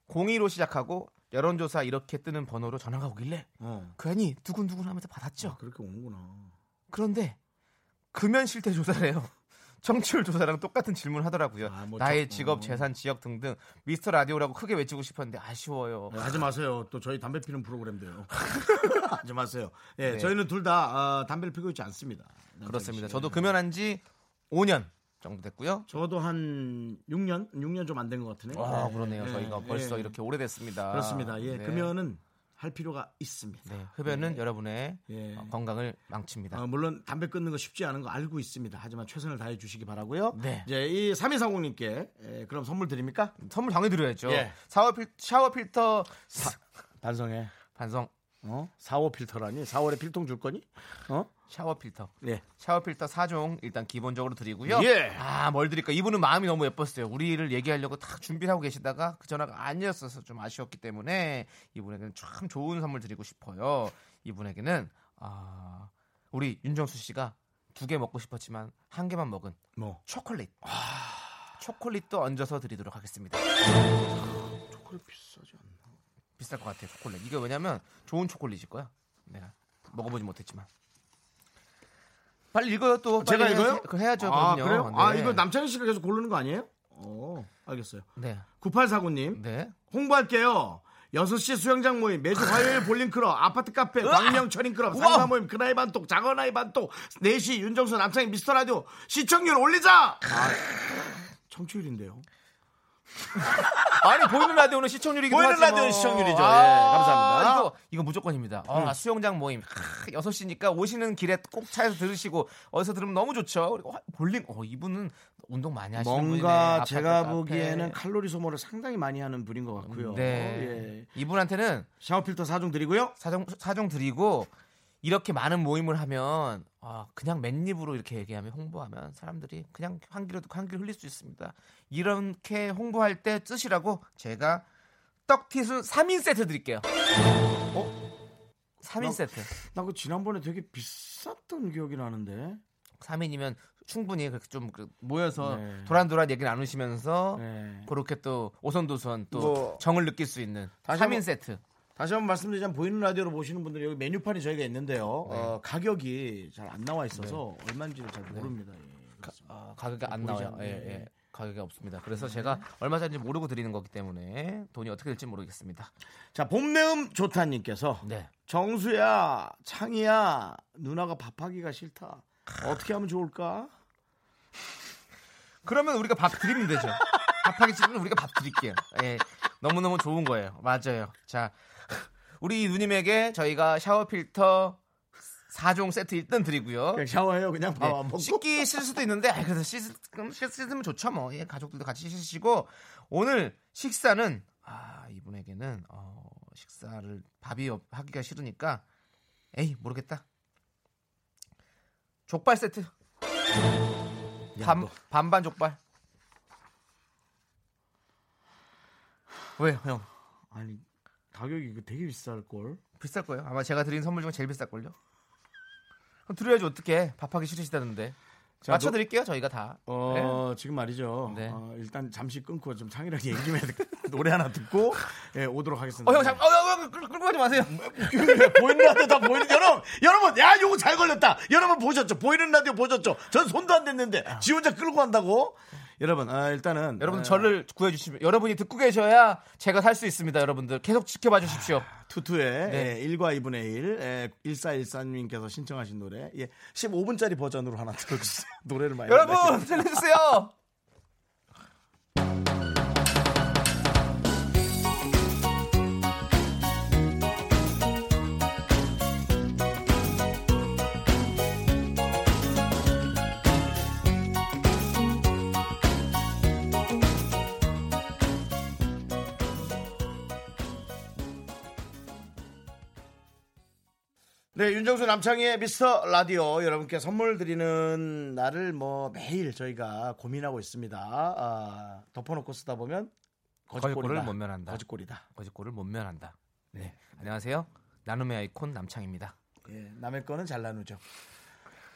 B: 02로 시작하고 여론조사 이렇게 뜨는 번호로 전화가 오길래
A: 어,
B: 괜히 두근두근 하면서 받았죠.
A: 그렇게 오는구나.
B: 그런데 금연 실태 조사래요. 청취율 조사랑 똑같은 질문을 하더라고요.
A: 아, 뭐
B: 나의
A: 저-
B: 직업,
A: 어.
B: 재산, 지역 등등 미스터 라디오라고 크게 외치고 싶었는데 아쉬워요.
A: 네, 하지 마세요. 또 저희 담배 피는 프로그램돼요. 하지 마세요. 예,
B: 네.
A: 저희는 둘 다 아, 담배를 피고 있지 않습니다.
B: 그렇습니다.
A: 남창희 씨.
B: 저도 금연한 지 5년 정도 됐고요.
A: 저도 한 6년, 6년 좀 안 된 것 같으네요.
B: 아
A: 네.
B: 그러네요.
A: 예,
B: 저희가
A: 예.
B: 벌써 이렇게 오래됐습니다.
A: 그렇습니다. 예,
B: 네.
A: 금연은 할 필요가 있습니다.
B: 네, 흡연은 여러분의
A: 예.
B: 어, 건강을 망칩니다.
A: 어, 물론 담배 끊는 거 쉽지 않은 거 알고 있습니다. 하지만 최선을 다해 주시기 바라고요.
B: 네.
A: 이제 이 3240님께 예, 그럼 선물 드립니까?
B: 선물 당해드려야죠.
A: 예.
B: 샤워, 필, 샤워 필터 사-
A: 반성해.
B: 반성
A: 어? 4월 필터라니? 4월에 필통 줄 거니? 어?
B: 샤워 필터.
A: 예.
B: 샤워 필터 4종 일단 기본적으로 드리고요.
A: 예.
B: 아, 뭘 드릴까? 이분은 마음이 너무 예뻤어요. 우리를 얘기하려고 딱 준비를 하고 계시다가 그 전화가 아니었어서 좀 아쉬웠기 때문에 이분에게는 참 좋은 선물 드리고 싶어요. 이분에게는 아, 우리 윤정수 씨가 두 개 먹고 싶었지만 한 개만 먹은
A: 뭐.
B: 초콜릿. 초콜릿도 얹어서 드리도록 하겠습니다.
A: 초콜릿 비싸지 않나?
B: 비쌀 것 같아요 초콜릿 이게 왜냐면 좋은 초콜릿일 거야 내가 먹어보지 못했지만 빨리 읽어요 또 빨리
A: 제가
B: 해야-
A: 읽어요?
B: 그 해야죠
A: 아,
B: 그럼요
A: 그래요?
B: 네.
A: 아, 이거 남창희 씨가 계속 고르는 거 아니에요? 어, 알겠어요. 9849님.
B: 네. 네네
A: 홍보할게요. 6시 수영장 모임, 매주 화요일 볼링클럽, 아파트 카페, 광명 철인클럽,
B: 우와!
A: 상가 모임, 그나이 반톡, 작은아이 반톡, 4시 윤정수 남창희 미스터 라디오, 시청률 올리자! 아, 청취율인데요.
B: 아니 보이는 라디오는 시청률이기도
A: 보이는
B: 하지만. 뭐.
A: 라디오는 시청률이죠.
B: 아,
A: 예, 감사합니다.
B: 이거, 이거 무조건입니다 아, 수영장 모임 크, 6시니까 오시는 길에 꼭 차에서 들으시고 어디서 들으면 너무 좋죠 그리고 화- 볼링 어 이분은 운동 많이 하시는 분이네
A: 뭔가
B: 아파트
A: 제가
B: 카페.
A: 보기에는 칼로리 소모를 상당히 많이 하는 분인 것 같고요.
B: 네
A: 예.
B: 이분한테는
A: 샤워 필터 4종 드리고요.
B: 사정 사정 드리고 이렇게 많은 모임을 하면 아, 그냥 맨입으로 이렇게 얘기하면 홍보하면 사람들이 그냥 한기로도 한기를 흘릴 수 있습니다. 이렇게 홍보할 때 쓰시라고 제가 떡튀순 3인 세트 드릴게요. 어? 3인
A: 나-
B: 세트.
A: 나 그 지난번에 되게 비쌌던 기억이 나는데.
B: 3인이면 충분히 그렇게 좀그 모여서
A: 네.
B: 도란도란 얘기 나누시면서
A: 네.
B: 그렇게 또 오선도선 또
A: 뭐-
B: 정을 느낄 수 있는
A: 다시
B: 3인
A: 한번-
B: 세트.
A: 다시 한번 말씀드리자면 보이는 라디오로 보시는 분들 여기 메뉴판이 저희가 있는데요.
B: 네.
A: 어, 가격이 잘 안 나와 있어서 얼마인지를 잘 모릅니다. 예.
B: 아, 가격이 안
A: 보이지
B: 나와요. 예,
A: 않네.
B: 예. 가격이 없습니다. 그래서 제가 얼마짜리인지 모르고 드리는 거기 때문에 돈이 어떻게 될지 모르겠습니다.
A: 자, 봄내음 좋다님께서
B: 네.
A: 정수야, 창이야, 누나가 밥하기가 싫다. 어떻게 하면 좋을까?
B: 그러면 우리가 밥 드리면 되죠. 밥하기 싫으면 우리가 밥 드릴게요. 예. 너무너무 좋은 거예요. 맞아요. 자, 우리 누님에게 저희가 샤워 필터 4종 세트 일단 드리고요.
A: 그냥 샤워해요. 그냥 밥
B: 네,
A: 아, 안 먹고.
B: 씻기 싫을 수도 있는데 아, 그래서 씻, 그럼 씻, 씻으면 좋죠 뭐 예, 가족들도 같이 씻으시고 오늘 식사는 아 이분에게는 어, 식사를 밥이 없- 하기가 싫으니까 에이 모르겠다 족발 세트 반, 반반 족발 왜요 형
A: 아니, 가격이
C: 그
A: 이거 되게 비쌀 걸.
B: 비쌀 거예요 아마 제가 드린 선물 중에 제일 비쌀 걸요 그럼 드려야지 어떻게 밥하기 싫으시다는데
A: 자,
B: 맞춰
A: 노-
B: 드릴게요 저희가 다 네.
A: 어, 지금 말이죠.
B: 네.
A: 어, 일단 잠시 끊고 좀 창이랑 얘기 좀 해야 될 것 같아요. 노래 하나 듣고 예, 오도록 하겠습니다.
B: 어, 형, 잠깐, 어, 형, 형, 끌- 끌고 가지 마세요.
A: 보이는 라디오 다 보이는 여러분 여러분 야 요거 잘 걸렸다 여러분 보셨죠 보이는 라디오 보셨죠 전 손도 안 댔는데 지 혼자 끌고 간다고 아. 여러분 아, 일단은
B: 여러분,
A: 아,
B: 저를 구해주시면, 여러분이 듣고 계셔야 제가 살 수 있습니다, 여러분들. 계속 지켜봐 주십시오.
A: 투투의
B: 네.
A: 예, 1과 2분의 1 예, 1414님께서 신청하신 노래 예, 15분짜리 버전으로 하나 들어주세요 노래를 많이
B: 여러분, 들려주세요!
A: 네, 윤정수 남창희의 미스터 라디오 여러분께 선물 드리는 날을 뭐 매일 저희가 고민하고 있습니다. 아, 덮어놓고 쓰다 보면 거짓골이다.
B: 거짓골을 못 면한다.
A: 거짓골이다.
B: 거짓골을 못 면한다. 네. 안녕하세요. 나눔의 아이콘 남창입니다.
A: 예, 남의 거는 잘 나누죠.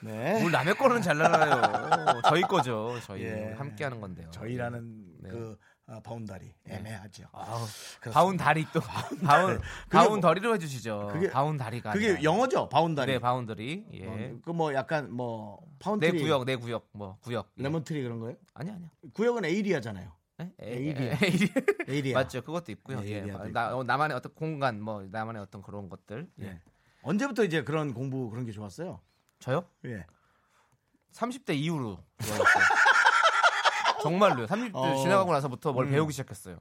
A: 네.
B: 뭘 남의 거는 잘 나가요. 저희 거죠. 저희
A: 예.
B: 함께 하는 건데요.
A: 저희라는
B: 네.
A: 그 아, 바운다리 애매하죠.
B: 아우,
A: 그렇습니다.
B: 예. 바운 다리 뭐 또. 바운, 바운 다리로 해주시죠.
A: 그게-
B: 바운 다리가.
A: 그게
B: 아니라.
A: 영어죠, 바운다리. 음,
B: 네, 바운더리. 예.
A: 그뭐 약간 뭐
B: 내
A: 파운트리,
B: 구역, 내 구역, 뭐, 구역. 예.
A: 레몬트리 그런 거예요?
B: 아니, 아니야. 네?
A: 구역은 에이리아잖아요.
B: 에? 에-
A: 에이리아.
B: 에- 에이리아.
A: 에이리아.
B: 맞죠. 그것도 있고요.
A: 네,
B: 예.
A: 에이리아도
B: 나, 어, 나만의 어떤 공간, 뭐 나만의 어떤 그런 것들. 예.
A: 예. 언제부터 이제 그런 공부 그런 게 좋았어요?
B: 저요?
A: 예.
B: 30대 이후로 좋아졌어요. 정말로요. 30대
A: 어.
B: 지나가고 나서부터 뭘 배우기 시작했어요.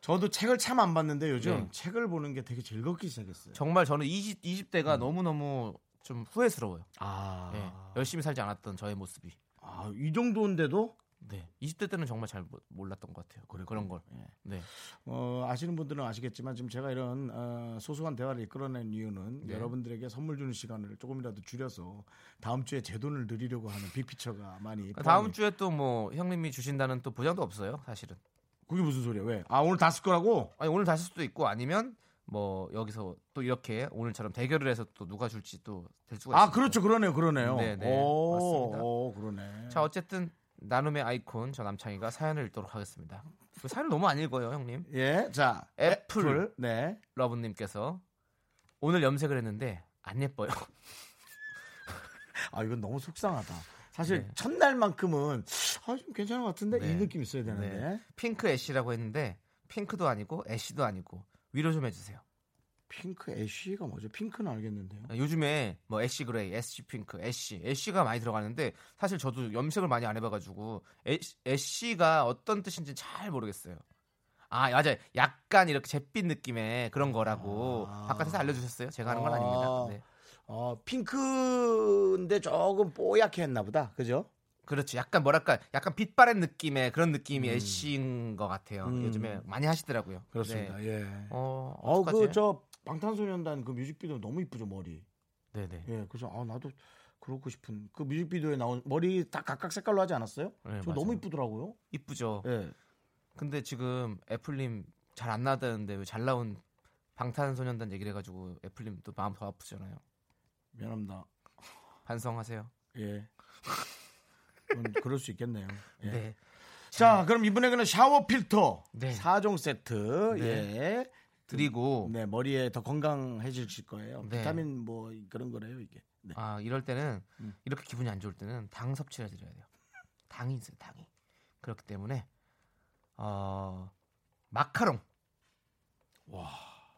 A: 저도 책을 참 안 봤는데 요즘
B: 네.
A: 책을 보는 게 되게 즐겁기 시작했어요.
B: 정말 저는 20, 20대가 너무너무 좀 후회스러워요.
A: 음. 아,
B: 예. 열심히 살지 않았던 저의 모습이.
A: 아, 이 정도인데도 네. 예.
B: 20대 때는 정말 잘 모- 몰랐던 것 같아요. 그런 걸. 네.
A: 어, 아시는 분들은 아시겠지만 지금 제가 이런 어, 소소한 대화를 이끌어낸 이유는
B: 네.
A: 여러분들에게 선물 주는 시간을 조금이라도 줄여서 다음 주에 제 돈을 드리려고 하는 빅피처가 많이
B: 그 다음
A: 포함이-
B: 주에 또 뭐 형님이 주신다는 또 보장도 없어요, 사실은.
A: 그게 무슨 소리야 왜? 아 오늘 다 쓸 거라고?
B: 아니 오늘 다실 수도 있고 아니면 뭐 여기서 또 이렇게 오늘처럼 대결을 해서 또 누가 줄지 또 될 수가 있어요.
A: 아 그렇죠 그러네요 그러네요.
B: 네, 네.
A: 오,
B: 맞습니다.
A: 오 그러네.
B: 자 어쨌든 나눔의 아이콘 저 남창희가 사연을 읽도록 하겠습니다. 그 사연을 너무 안 읽어요, 형님.
A: 예, 자
B: 애플.
A: 네.
B: 러브님께서 오늘 염색을 했는데 안 예뻐요.
A: 아 이건 너무 속상하다. 사실 첫날만큼은 아 좀 괜찮은 것 같은데
B: 네.
A: 이 느낌 있어야 되는데.
B: 네. 핑크 애쉬라고 했는데 핑크도 아니고 애쉬도 아니고 위로 좀 해주세요.
A: 핑크 애쉬가 뭐죠? 핑크는 알겠는데요.
B: 요즘에 뭐 애쉬 그레이, 애쉬 핑크, 애쉬, 애쉬가 많이 들어가는데 사실 저도 염색을 많이 안 해봐가지고 애쉬, 애쉬가 어떤 뜻인지 잘 모르겠어요. 아 맞아요. 약간 이렇게 잿빛 느낌의 그런 거라고
A: 아.
B: 바깥에서 알려주셨어요. 제가 하는 건
A: 아.
B: 아닙니다. 네.
A: 어 핑크인데 조금 뽀얗게 했나 보다. 그죠?
B: 그렇죠. 약간 뭐랄까, 약간 빛바랜 느낌의 그런 느낌이 애쉬인 것 같아요.
A: 음.
B: 요즘에 많이 하시더라고요.
A: 그렇습니다.
B: 네.
A: 예.
B: 어, 어떡하지?
A: 어그 저 방탄소년단 그 뮤직비디오 너무 이쁘죠 머리.
B: 네네.
A: 예, 그래서 아 나도 그러고 싶은 그 뮤직비디오에 나온 머리 다 각각 색깔로 하지 않았어요?
B: 네,
A: 저
B: 맞아요.
A: 너무 이쁘더라고요.
B: 이쁘죠.
A: 예.
B: 근데 지금 애플님 잘 안 나왔다는데 왜 잘 나온 방탄소년단 얘기를 해가지고 애플님 또 마음 더 아프잖아요.
A: 미안합니다.
B: 반성하세요.
A: 예. 음, 그럴 수 있겠네요. 예.
B: 네.
A: 자, 그럼 이분에게는 샤워 필터
B: 네.
A: 사 4종 세트.
B: 네.
A: 예.
B: 그리고
A: 네, 머리에 더 건강해질 거예요.
B: 네.
A: 비타민 뭐 그런 거래요, 이게. 네.
B: 아 이럴 때는
A: 음.
B: 이렇게 기분이 안 좋을 때는 당 섭취를 해드려야 돼요. 당이 있어요, 당이. 그렇기 때문에 어 마카롱.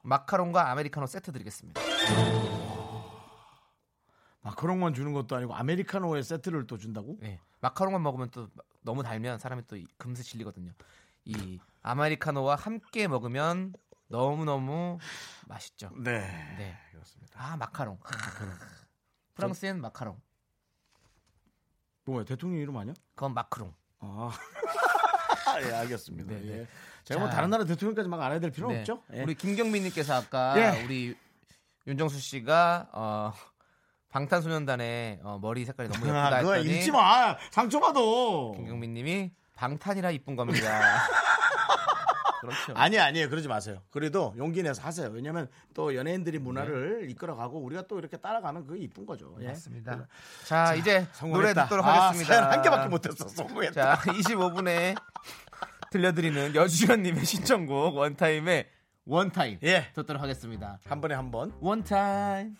B: 마카롱과 아메리카노 세트 드리겠습니다.
A: 마카롱만 아, 주는 것도 아니고 아메리카노의 세트를 또 준다고?
B: 네. 마카롱만 먹으면 또 너무 달면 사람이 또 이- 금세 질리거든요. 이 아메리카노와 함께 먹으면 너무너무 맛있죠.
A: 네.
B: 네.
A: 그렇습니다.
B: 아, 마카롱. 프랑스엔 마카롱.
A: 뭐야, 대통령 이름 아니야?
B: 그건 마크롱.
A: 아. 예, 알겠습니다.
B: 네, 네.
A: 예. 제가 뭐
B: 자.
A: 다른 나라 대통령까지 막 알아야 될 필요는
B: 네.
A: 없죠? 예.
B: 우리 김경민님께서 아까
A: 예.
B: 우리 윤정수 씨가 어, 방탄소년단의 어, 머리 색깔이 너무 예쁘다
A: 아, 그거
B: 했더니
A: 읽지 마. 상처받아.
B: 김경민님이 방탄이라 이쁜 겁니다. 그렇죠.
A: 아니 아니에요 그러지 마세요 그래도 용기 내서 하세요 왜냐면 또
B: 네.
A: 연예인들이 문화를 이끌어가고 우리가 또 이렇게 따라가면 그게 이쁜 거죠 예.
B: 맞습니다. 자, 이제 노래
A: 성공했다.
B: 듣도록
A: 아,
B: 하겠습니다.
A: 사연 한 개밖에 못했어 성공했다
B: 자, 25분에 들려드리는 여주현님의 신청곡 원타임의 원타임
A: 예.
B: 듣도록 하겠습니다.
A: 한 번에 한번
B: 원타임.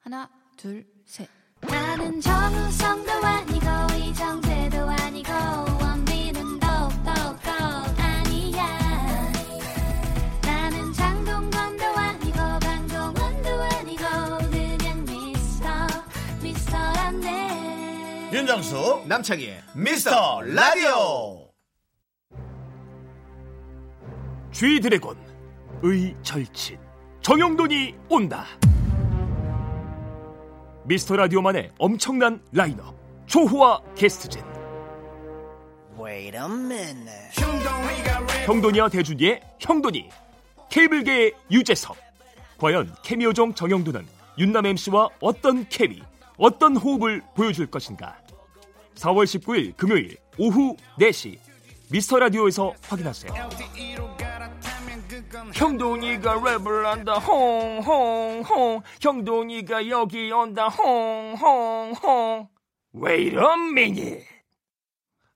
F: 하나, 둘, 셋.
E: 나는 정우성도 아니고 이정재도 아니고 원빈은 더욱더 아니야 나는 장동건도 아니고 방종원도 아니고 그냥 미스터 미스터란데
A: 윤정수 남창희의 미스터 라디오
I: G 드래곤 의 절친 정영돈이 온다. 미스터 라디오만의 엄청난 라인업 초호화 게스트진. 형돈이와 대준이의 형돈이 케이블계의 유재석. 과연 케미오종 정영돈은 윤남 MC와 어떤 케미, 어떤 호흡을 보여줄 것인가? 4월 19일 금요일 오후 4시 미스터 라디오에서 확인하세요. 형동이가 랩을 한다 홍홍홍 형동이가 여기 온다 홍홍홍 Wait a minute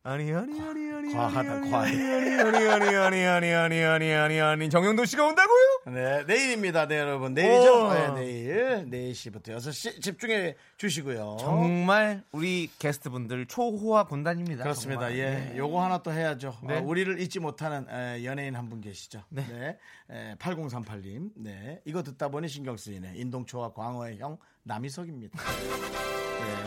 B: 아니 아니 아니 아니
A: 과하다,
B: 아니,
A: 과해.
B: 아니 아니 아니 아니 아니 아니 아니 아니 아니 정영돈 씨가 온다고요?
A: 네, 내일입니다, 네, 여러분. 내일이죠?
B: 오.
A: 네, 내일. 4시부터 6시 집중해 주시고요.
B: 어? 정말 우리 게스트분들 초호화 군단입니다.
A: 그렇습니다.
B: 정말.
A: 예. 요거 하나 또 해야죠.
B: 네.
A: 어, 우리를 잊지 못하는 에, 연예인 한 분 계시죠. 네. 8038님. 네. 이거 듣다 보니 신경 쓰이네. 인동초와 광어의 형 남희석입니다.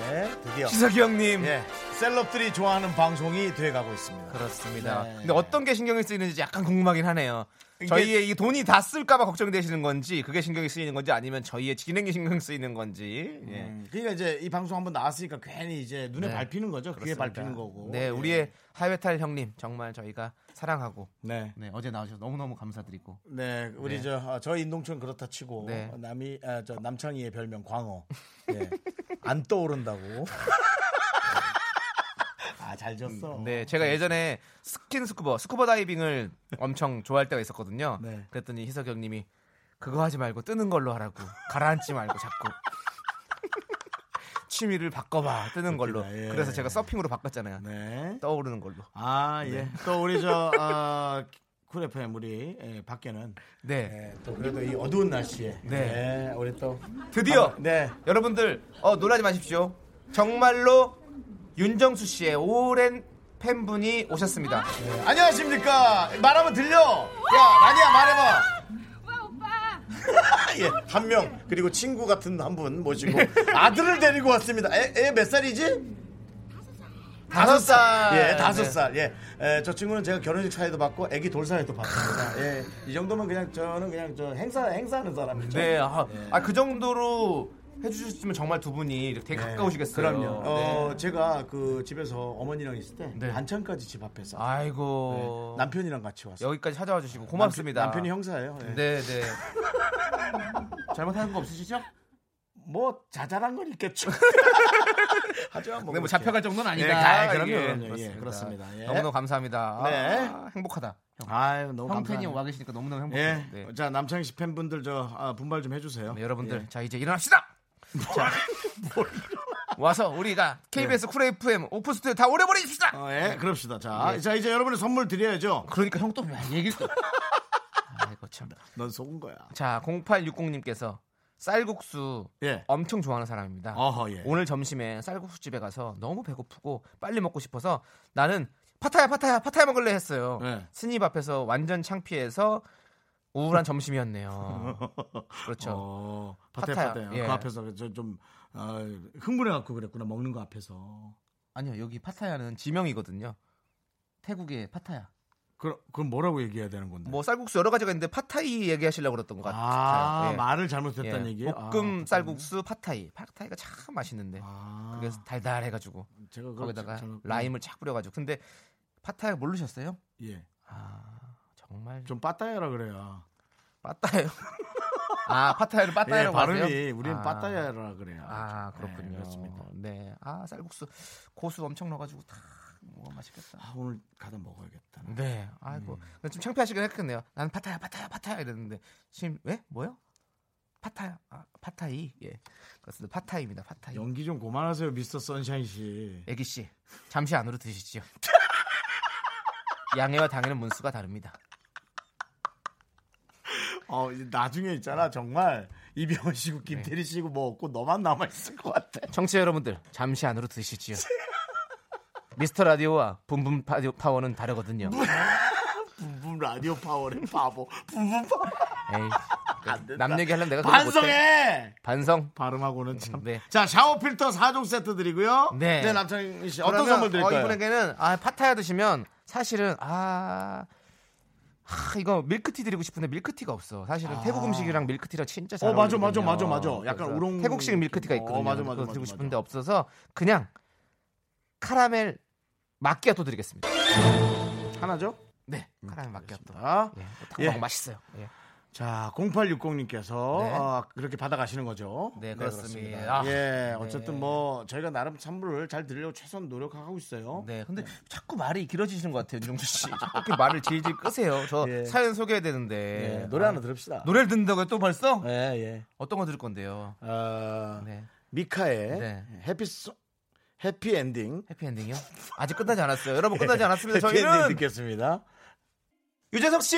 A: 네. 드디어.
B: 시석이 형님.
A: 예. 셀럽들이 좋아하는 방송이 돼 가고 있습니다.
B: 그렇습니다.
A: 네.
B: 근데 어떤 게 신경이 쓰이는지 약간 궁금하긴 하네요. 저희의 이 돈이 다 쓸까봐 걱정되시는 건지 그게 신경이 쓰이는 건지 아니면 저희의 진행이 신경 쓰이는 건지 예.
A: 음, 그러니까 이제 이 방송 한번 나왔으니까 괜히 이제 눈에
B: 네.
A: 밟히는 거죠. 그게
B: 그렇습니다.
A: 밟히는 거고.
B: 네,
A: 예.
B: 우리의 하회탈 형님 정말 저희가 사랑하고
A: 네.
B: 네, 어제 나오셔서 너무너무 감사드리고
A: 네, 우리
B: 네.
A: 저 아, 저희 인동촌 그렇다 치고
B: 네.
A: 어, 남이 아, 저 남창희의 별명 광어 예. 안 떠오른다고. 아 잘 졌어.
B: 네, 제가 예전에 스킨 스쿠버, 스쿠버 다이빙을 엄청 좋아할 때가 있었거든요.
A: 네.
B: 그랬더니 희석 형님이 그거 하지 말고 뜨는 걸로 하라고. 가라앉지 말고 자꾸. 취미를 바꿔봐 뜨는 걸로.
A: 그렇구나, 예.
B: 그래서 제가 서핑으로 바꿨잖아요.
A: 네.
B: 떠오르는 걸로.
A: 아
B: 네.
A: 예. 또 우리 저 아, 쿨 FM 우리 예, 밖에는
B: 네,
A: 예, 또 그래도 이 어두운 날씨에
B: 네.
A: 예, 우리 또
B: 드디어
A: 네.
B: 여러분들 어, 놀라지 마십시오. 정말로 윤정수 씨의 오랜 팬분이 오셨습니다.
A: 네. 안녕하십니까. 말하면 들려. 야 라니야 말해봐. 예, 한 명, 그리고 친구 같은 한 분 모시고 아들을 데리고 왔습니다. 애, 애 몇 살이지?
B: 다섯 살.
A: 예, 다섯
B: 네.
A: 살. 예. 에, 저 친구는 제가 결혼식 사회도 받고 아기 돌사회도 받습니다. 예. 이 정도면 그냥 저는 그냥 저 행사 행사하는 사람이죠.
B: 네, 아, 아, 그 정도로 해주셨으면 정말 두 분이 이렇게 되게 가까우시겠어요.
A: 네. 그럼요. 어,
B: 네.
A: 제가 그 집에서 어머니랑 있을 때
B: 네.
A: 반찬까지 집 앞에서
B: 아이고
A: 네. 남편이랑 같이 왔어요.
B: 여기까지 찾아와 주시고 고맙습니다.
A: 남편, 이 형사예요. 예.
B: 네, 네. 잘못하는 거 없으시죠?
A: 뭐 자잘한 건 있겠죠. 하지만 뭐,
B: 근데
A: 그렇게.
B: 뭐 잡혀갈 정도는 아니다.
A: 예,
B: 이게.
A: 그럼요, 그럼요. 예,
B: 그렇습니다.
A: 그렇습니다. 예.
B: 너무너무 감사합니다.
A: 네.
B: 아, 행복하다. 형,
A: 아유, 너무
B: 형 팬이
A: 감사합니다.
B: 와 계시니까 너무너무
A: 예.
B: 행복해요. 네.
A: 자, 남창희 씨 팬분들 저 아, 분발 좀 해주세요.
B: 네, 여러분들
A: 예.
B: 자 이제 일어납시다. 자, 와서 우리가
A: 네.
B: KBS 쿨 FM 오픈 스튜디오 다 오래버리십시다.
A: 어, 예, 그럽시다. 자, 자 이제 여러분의 선물 드려야죠.
B: 네. 그러니까 형 또 얘기를 또. 아이고 참.
A: 넌 속은 거야.
B: 자 0860님께서 쌀국수
A: 예.
B: 엄청 좋아하는 사람입니다.
A: 어허, 예.
B: 오늘 점심에 쌀국수 집에 가서 너무 배고프고 빨리 먹고 싶어서 나는 파타야 파타야 파타야 먹을래 했어요.
A: 네.
B: 스님 앞에서 완전 창피해서 우울한 점심이었네요. 그렇죠.
A: 어, 파타야,
B: 파타야.
A: 파타야.
B: 예.
A: 그 앞에서 저 좀 아, 흥분해갖고 그랬구나 먹는 거 앞에서.
B: 아니요 여기 파타야는 지명이거든요. 태국의 파타야.
A: 그럼 그럼 뭐라고 얘기해야 되는 건데?
B: 뭐 쌀국수 여러 가지가 있는데 파타이 얘기하시려고 그랬던 것 같아요.
A: 네. 아,
B: 예.
A: 말을
B: 예.
A: 잘못했다는 얘기예요. 아,
B: 볶음 쌀국수 파타이. 파타이가 참 맛있는데.
A: 아,
B: 그게 달달해가지고
A: 제가 그걸
B: 거기다가
A: 잘- 잘-
B: 라임을 착 뿌려가지고. 근데 파타야 모르셨어요?
A: 예,
B: 아 정말
A: 좀 빠따야라 그래요.
B: 빠따예요. 아 파타야를
A: 예,
B: 빠따야라고
A: 발음이
B: 하세요?
A: 우리는
B: 아.
A: 빠따야라 그래요.
B: 아
A: 네,
B: 그렇군요.
A: 그렇습니다.
B: 네. 아 쌀국수 고수 엄청 넣어가지고 다 뭐가 맛있겠다.
A: 아, 오늘 가다 먹어야겠다.
B: 네.
A: 음.
B: 아이고. 근데 좀 창피하시긴 했겠네요. 난 파타야, 파타야, 파타야 이랬는데 지금 왜? 뭐요? 파타야, 아, 파타이. 예. 그렇습니다. 파타이입니다. 파타이.
A: 연기 좀 그만하세요, 미스터 선샤인 씨.
B: 애기 씨, 잠시 안으로 드시죠. 양해와 당해는 문수가 다릅니다.
A: 어, 이제 나중에 있잖아, 정말. 이병헌 씨고
B: 네.
A: 김태리 씨고 뭐 없고 너만 남아있을 것 같아.
B: 청취자 여러분들, 잠시 안으로 드시지요. 미스터 라디오와 붐붐 파디오 파워는 다르거든요.
A: 붐붐 라디오 파워의 바보. 붐붐 파워.
B: 에이,
A: 안 된다.
B: 남 얘기하려면 내가 아, 그거 못해.
A: 반성해!
B: 반성.
A: 발음하고는 참.
B: 네.
A: 자, 샤워 필터 4종 세트 드리고요.
B: 네.
A: 남창희 씨.
B: 그러면,
A: 어떤 선물 드릴까요?
B: 어, 이분에게는 아 파타야 드시면 사실은 아. 하, 이거 밀크티 드리고 싶은데 밀크티가 없어. 사실은 태국 음식이랑 밀크티랑 진짜 잘
A: 아. 어, 맞아, 맞아,
B: 어울리거든요.
A: 맞아, 맞아. 약간
B: 그래서
A: 우롱-
B: 태국식 밀크티가 있거든요.
A: 어, 맞아, 맞아,
B: 그거
A: 맞아,
B: 드리고
A: 맞아.
B: 싶은데 없어서 그냥 카라멜 마끼아토 드리겠습니다.
A: 하나죠?
B: 네, 카라멜 마끼아토.
A: 아.
B: 예, 딱
A: 음, 예.
B: 먹으면 맛있어요. 예.
A: 자, 0860님께서 어,
B: 네.
A: 그렇게 받아가시는 거죠.
B: 네, 그렇습니다.
A: 예,
B: 네.
A: 어쨌든 뭐 저희가 나름 선물을 잘 드리려고 최선 노력하고 있어요.
B: 네, 근데 자꾸 말이 길어지시는 것 같아요, 윤종수 씨. 자꾸 이렇게 말을 질질 끄세요. 저
A: 예.
B: 사연 소개해야 되는데
A: 예, 노래 하나 들읍시다.
B: 아, 노래를 듣는다고요? 또 벌써?
A: 예, 예.
B: 어떤 거 들을 건데요?
A: 어,
B: 네.
A: 미카의
B: 네.
A: 해피송 해피엔딩. 네.
B: 해피엔딩이요? 아직 끝나지 않았어요. 여러분 끝나지 않았습니다.
A: 해피엔딩
B: 저희는
A: 듣겠습니다.
B: 유재석 씨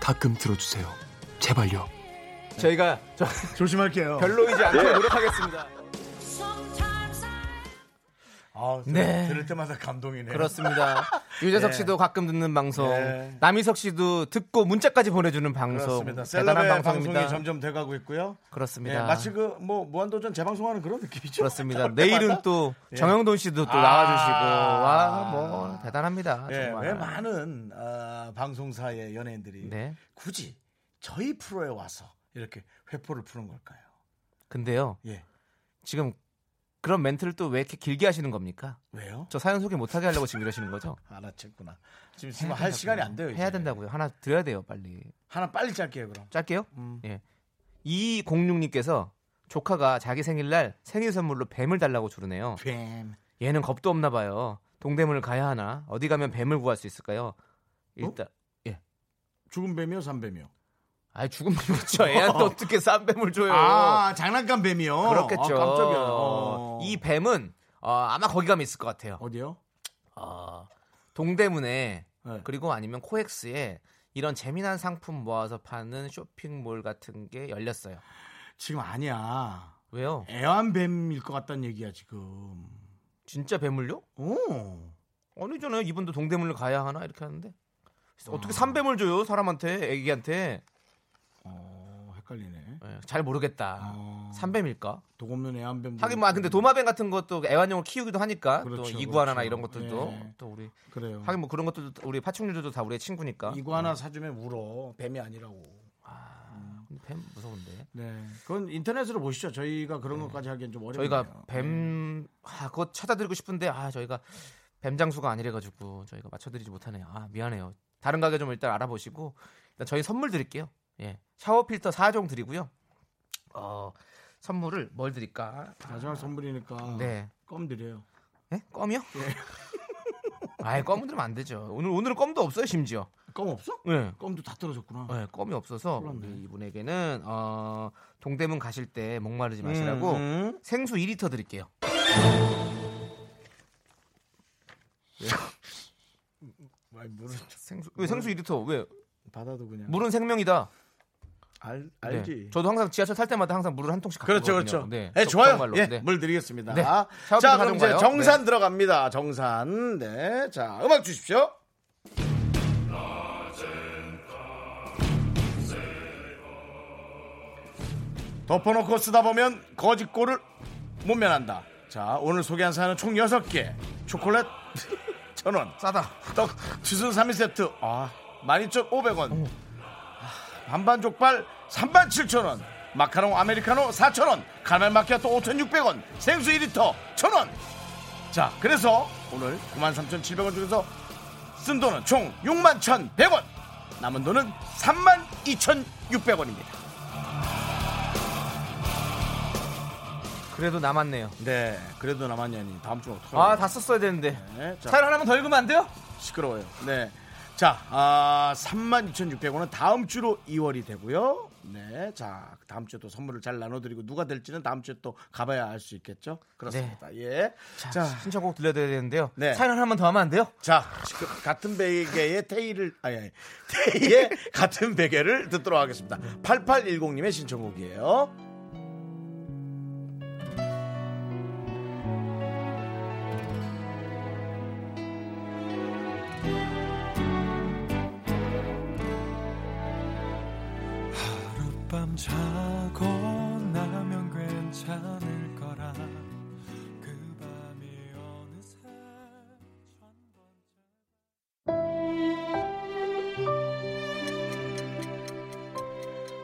I: 가끔 들어주세요. 제발요.
B: 저희가 저-
A: 조심할게요.
B: 별로이지 않게
J: 예.
B: 노력하겠습니다.
A: 아, 들-
B: 네.
A: 들을 때마다 감동이네요.
B: 그렇습니다. 유재석
A: 예.
B: 씨도 가끔 듣는 방송,
A: 예.
B: 남희석 씨도 듣고 문자까지 보내주는 방송,
A: 그렇습니다.
B: 대단한
A: 셀럽의 방송이
B: 방송입니다.
A: 점점 돼가고 있고요.
B: 그렇습니다.
A: 예, 마치 그 뭐 무한도전 재방송하는 그런 느낌이죠.
B: 그렇습니다.
A: 그럴 때마다.
B: 내일은 또
A: 예.
B: 정영돈 씨도 또
A: 아.
B: 나와주시고 와뭐 대단합니다.
A: 예,
B: 아, 정말.
A: 왜 많은 아, 방송사의 연예인들이
B: 네.
A: 굳이 저희 프로에 와서 이렇게 회포를 푸는 걸까요?
B: 근데요
A: 예.
B: 지금 그런 멘트를 또 왜 이렇게 길게 하시는 겁니까?
A: 왜요?
B: 저 사연 소개 못하게 하려고 지금 이러시는 거죠?
A: 알아챘구나. 지금 지금 할 시간이 안 돼요.
B: 해야
A: 이제.
B: 된다고요. 하나 드려야 돼요, 빨리.
A: 하나 빨리 짤게요 그럼.
B: 짧게요?
A: 음.
B: 예. 206님께서 조카가 자기 생일날 생일 선물로 뱀을 달라고 주르네요.
A: 뱀.
B: 얘는 겁도 없나 봐요. 동대문을 가야 하나? 어디 가면 뱀을 구할 수
A: 어?
B: 있을까요? 일단
A: 죽은 뱀이요, 산뱀이요.
B: 아 죽으면 좋죠. 애한테 어떻게 싼 뱀을 줘요?
A: 아, 장난감 뱀이요.
B: 그렇겠죠.
A: 아, 깜짝이야.
B: 어, 이 뱀은 어, 아마 거기 가면 있을 것 같아요.
A: 어디요?
B: 어, 동대문에
A: 네.
B: 그리고 아니면 코엑스에 이런 재미난 상품 모아서 파는 쇼핑몰 같은 게 열렸어요.
A: 지금 아니야.
B: 왜요?
A: 애완뱀일 것 같다는 얘기야 지금.
B: 진짜 뱀을요?
A: 오.
B: 아니잖아요. 이분도 동대문을 가야 하나 이렇게 하는데 그래서 어떻게 삼뱀을 줘요 사람한테 애기한테
A: 어, 헷갈리네.
B: 예, 잘 모르겠다.
A: 어,
B: 삼뱀일까?
A: 독 없는 애완뱀.
B: 하긴 뭐 근데 도마뱀 같은 것도 애완용을 키우기도 하니까 또
A: 음. 그렇죠,
B: 이구아나나
A: 그렇죠.
B: 이런 것들도
A: 예.
B: 또 우리
A: 그래요.
B: 하긴 뭐 그런 것들도 우리 파충류들도 다 우리의 친구니까.
A: 이거 하나 사주면 울어. 뱀이 아니라고.
B: 근데 뱀 무서운데.
A: 네. 그건 인터넷으로 보시죠. 저희가 그런 것까지 하기엔 좀 어렵네요.
B: 저희가 뱀 아, 그거 찾아드리고 싶은데 아 저희가 뱀 장수가 아니래 가지고 저희가 맞춰드리지 못하네요. 아 미안해요. 다른 가게 좀 일단 알아보시고 일단 저희 선물 드릴게요. 예 샤워 필터 4종 드리고요. 어 선물을 뭘 드릴까?
A: 마지막 선물이니까
B: 네.
A: 껌 드려요.
B: 예? 껌이요? 아예 껌은 들으면 안 되죠. 오늘 오늘은 껌도 없어요 심지어.
A: 껌 없어?
B: 예.
A: 껌도 다 떨어졌구나.
B: 네, 껌이 없어서
A: 그렇네.
B: 우리 이분에게는 어, 동대문 가실 때 목마르지
A: 음.
B: 마시라고 생수 2리터 드릴게요.
A: 아니, 물은
B: 생수 왜 생수 2리터 왜
A: 받아도 그냥
B: 물은 생명이다.
A: 알,
B: 네.
A: 알지.
B: 저도 항상 지하철 탈 때마다 항상 물을 한 통씩 갖고
A: 그렇죠,
B: 가거든요.
A: 그렇죠.
B: 네,
A: 네,
B: 저-
A: 좋아요.
B: 정말로.
A: 예,
B: 네.
A: 물 드리겠습니다.
B: 네.
A: 자,
B: 샤워 필터
A: 그럼 이제
B: 가져가요. 네.
A: 정산 들어갑니다. 정산. 네, 자, 음악 주십시오. 덮어놓고 쓰다 보면 거짓골을 못 면한다. 자, 오늘 소개한 사연은 총 6개. 초콜릿 1,000원. 싸다. 떡, 주스 3세트. 아, 12,500원. 반반 족발 3반 7천원 마카롱 아메리카노 4천원 카멜 마키아토 5,600원 생수 1리터 1,000원 자 그래서 오늘 93,700원 중에서 쓴 돈은 총 61,100원 남은 돈은 32,600원입니다
B: 그래도 남았네요.
A: 네 그래도 남았냐니 다음 주는 어떡하냐
B: 아 다 썼어야 되는데
A: 네, 자,
B: 차를 하나만 더 읽으면 안 돼요?
A: 시끄러워요 네 자, 아, 32,600원은 다음 주로 2월이 되고요. 네, 자, 다음 주에 또 선물을 잘 나눠드리고 누가 될지는 다음 주에 또 가봐야 알 수 있겠죠. 그렇습니다. 예.
B: 자,
A: 자,
B: 신청곡 들려드려야 되는데요.
A: 네.
B: 사연 하나만 더 하면 안 돼요?
A: 자, 지금 같은 베개의 테이를 아니, 아니 테이의 같은 베개를 듣도록 하겠습니다. 8810님의 신청곡이에요.
H: 하룻밤 자고 나면 괜찮을 거라 그 밤이 어느새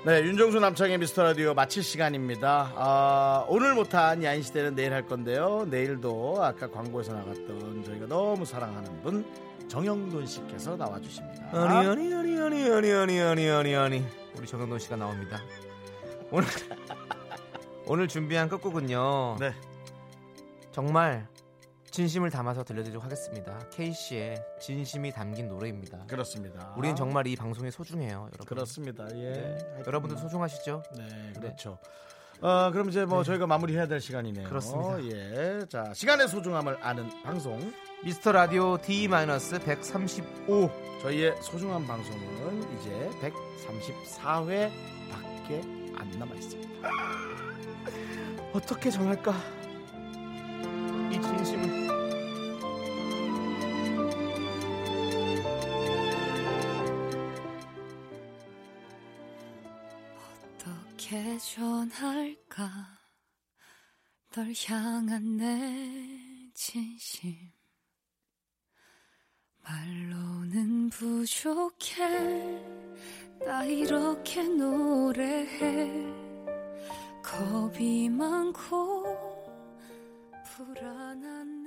A: 네, 윤정수 남창의 미스터 라디오 마칠 시간입니다. 아, 오늘 못한 야인시대는 내일 할 건데요. 내일도 아까 광고에서 나갔던 저희가 너무 사랑하는 분 정영돈 씨께서 나와주십니다.
B: 아니 아니 아니 아니 아니 아니 아니 아니 아니 우리 정영돈 씨가 나옵니다. 오늘 오늘 준비한 끝곡은요.
A: 네.
B: 정말 진심을 담아서 들려드리도록 하겠습니다. K 씨의 진심이 담긴 노래입니다.
A: 그렇습니다.
B: 우리는 정말 이 방송이 소중해요, 여러분.
A: 아. 그렇습니다. 예.
B: 네. 뭐.
A: 하여튼
B: 여러분들 소중하시죠?
A: 네, 그렇죠. 어, 그럼 이제 뭐 저희가 마무리해야 될 시간이네요.
B: 네. 그렇습니다.
A: 예. 자, 시간의 소중함을 아는 방송.
B: 미스터 라디오 D-135
A: 저희의 소중한 방송은 이제 134회 밖에 안 남아 있습니다.
B: 어떻게 전할까? 이 진심을
E: 어떻게 전할까 널 향한 내 진심 말로는 부족해 나 이렇게 노래해 겁이 많고 불안한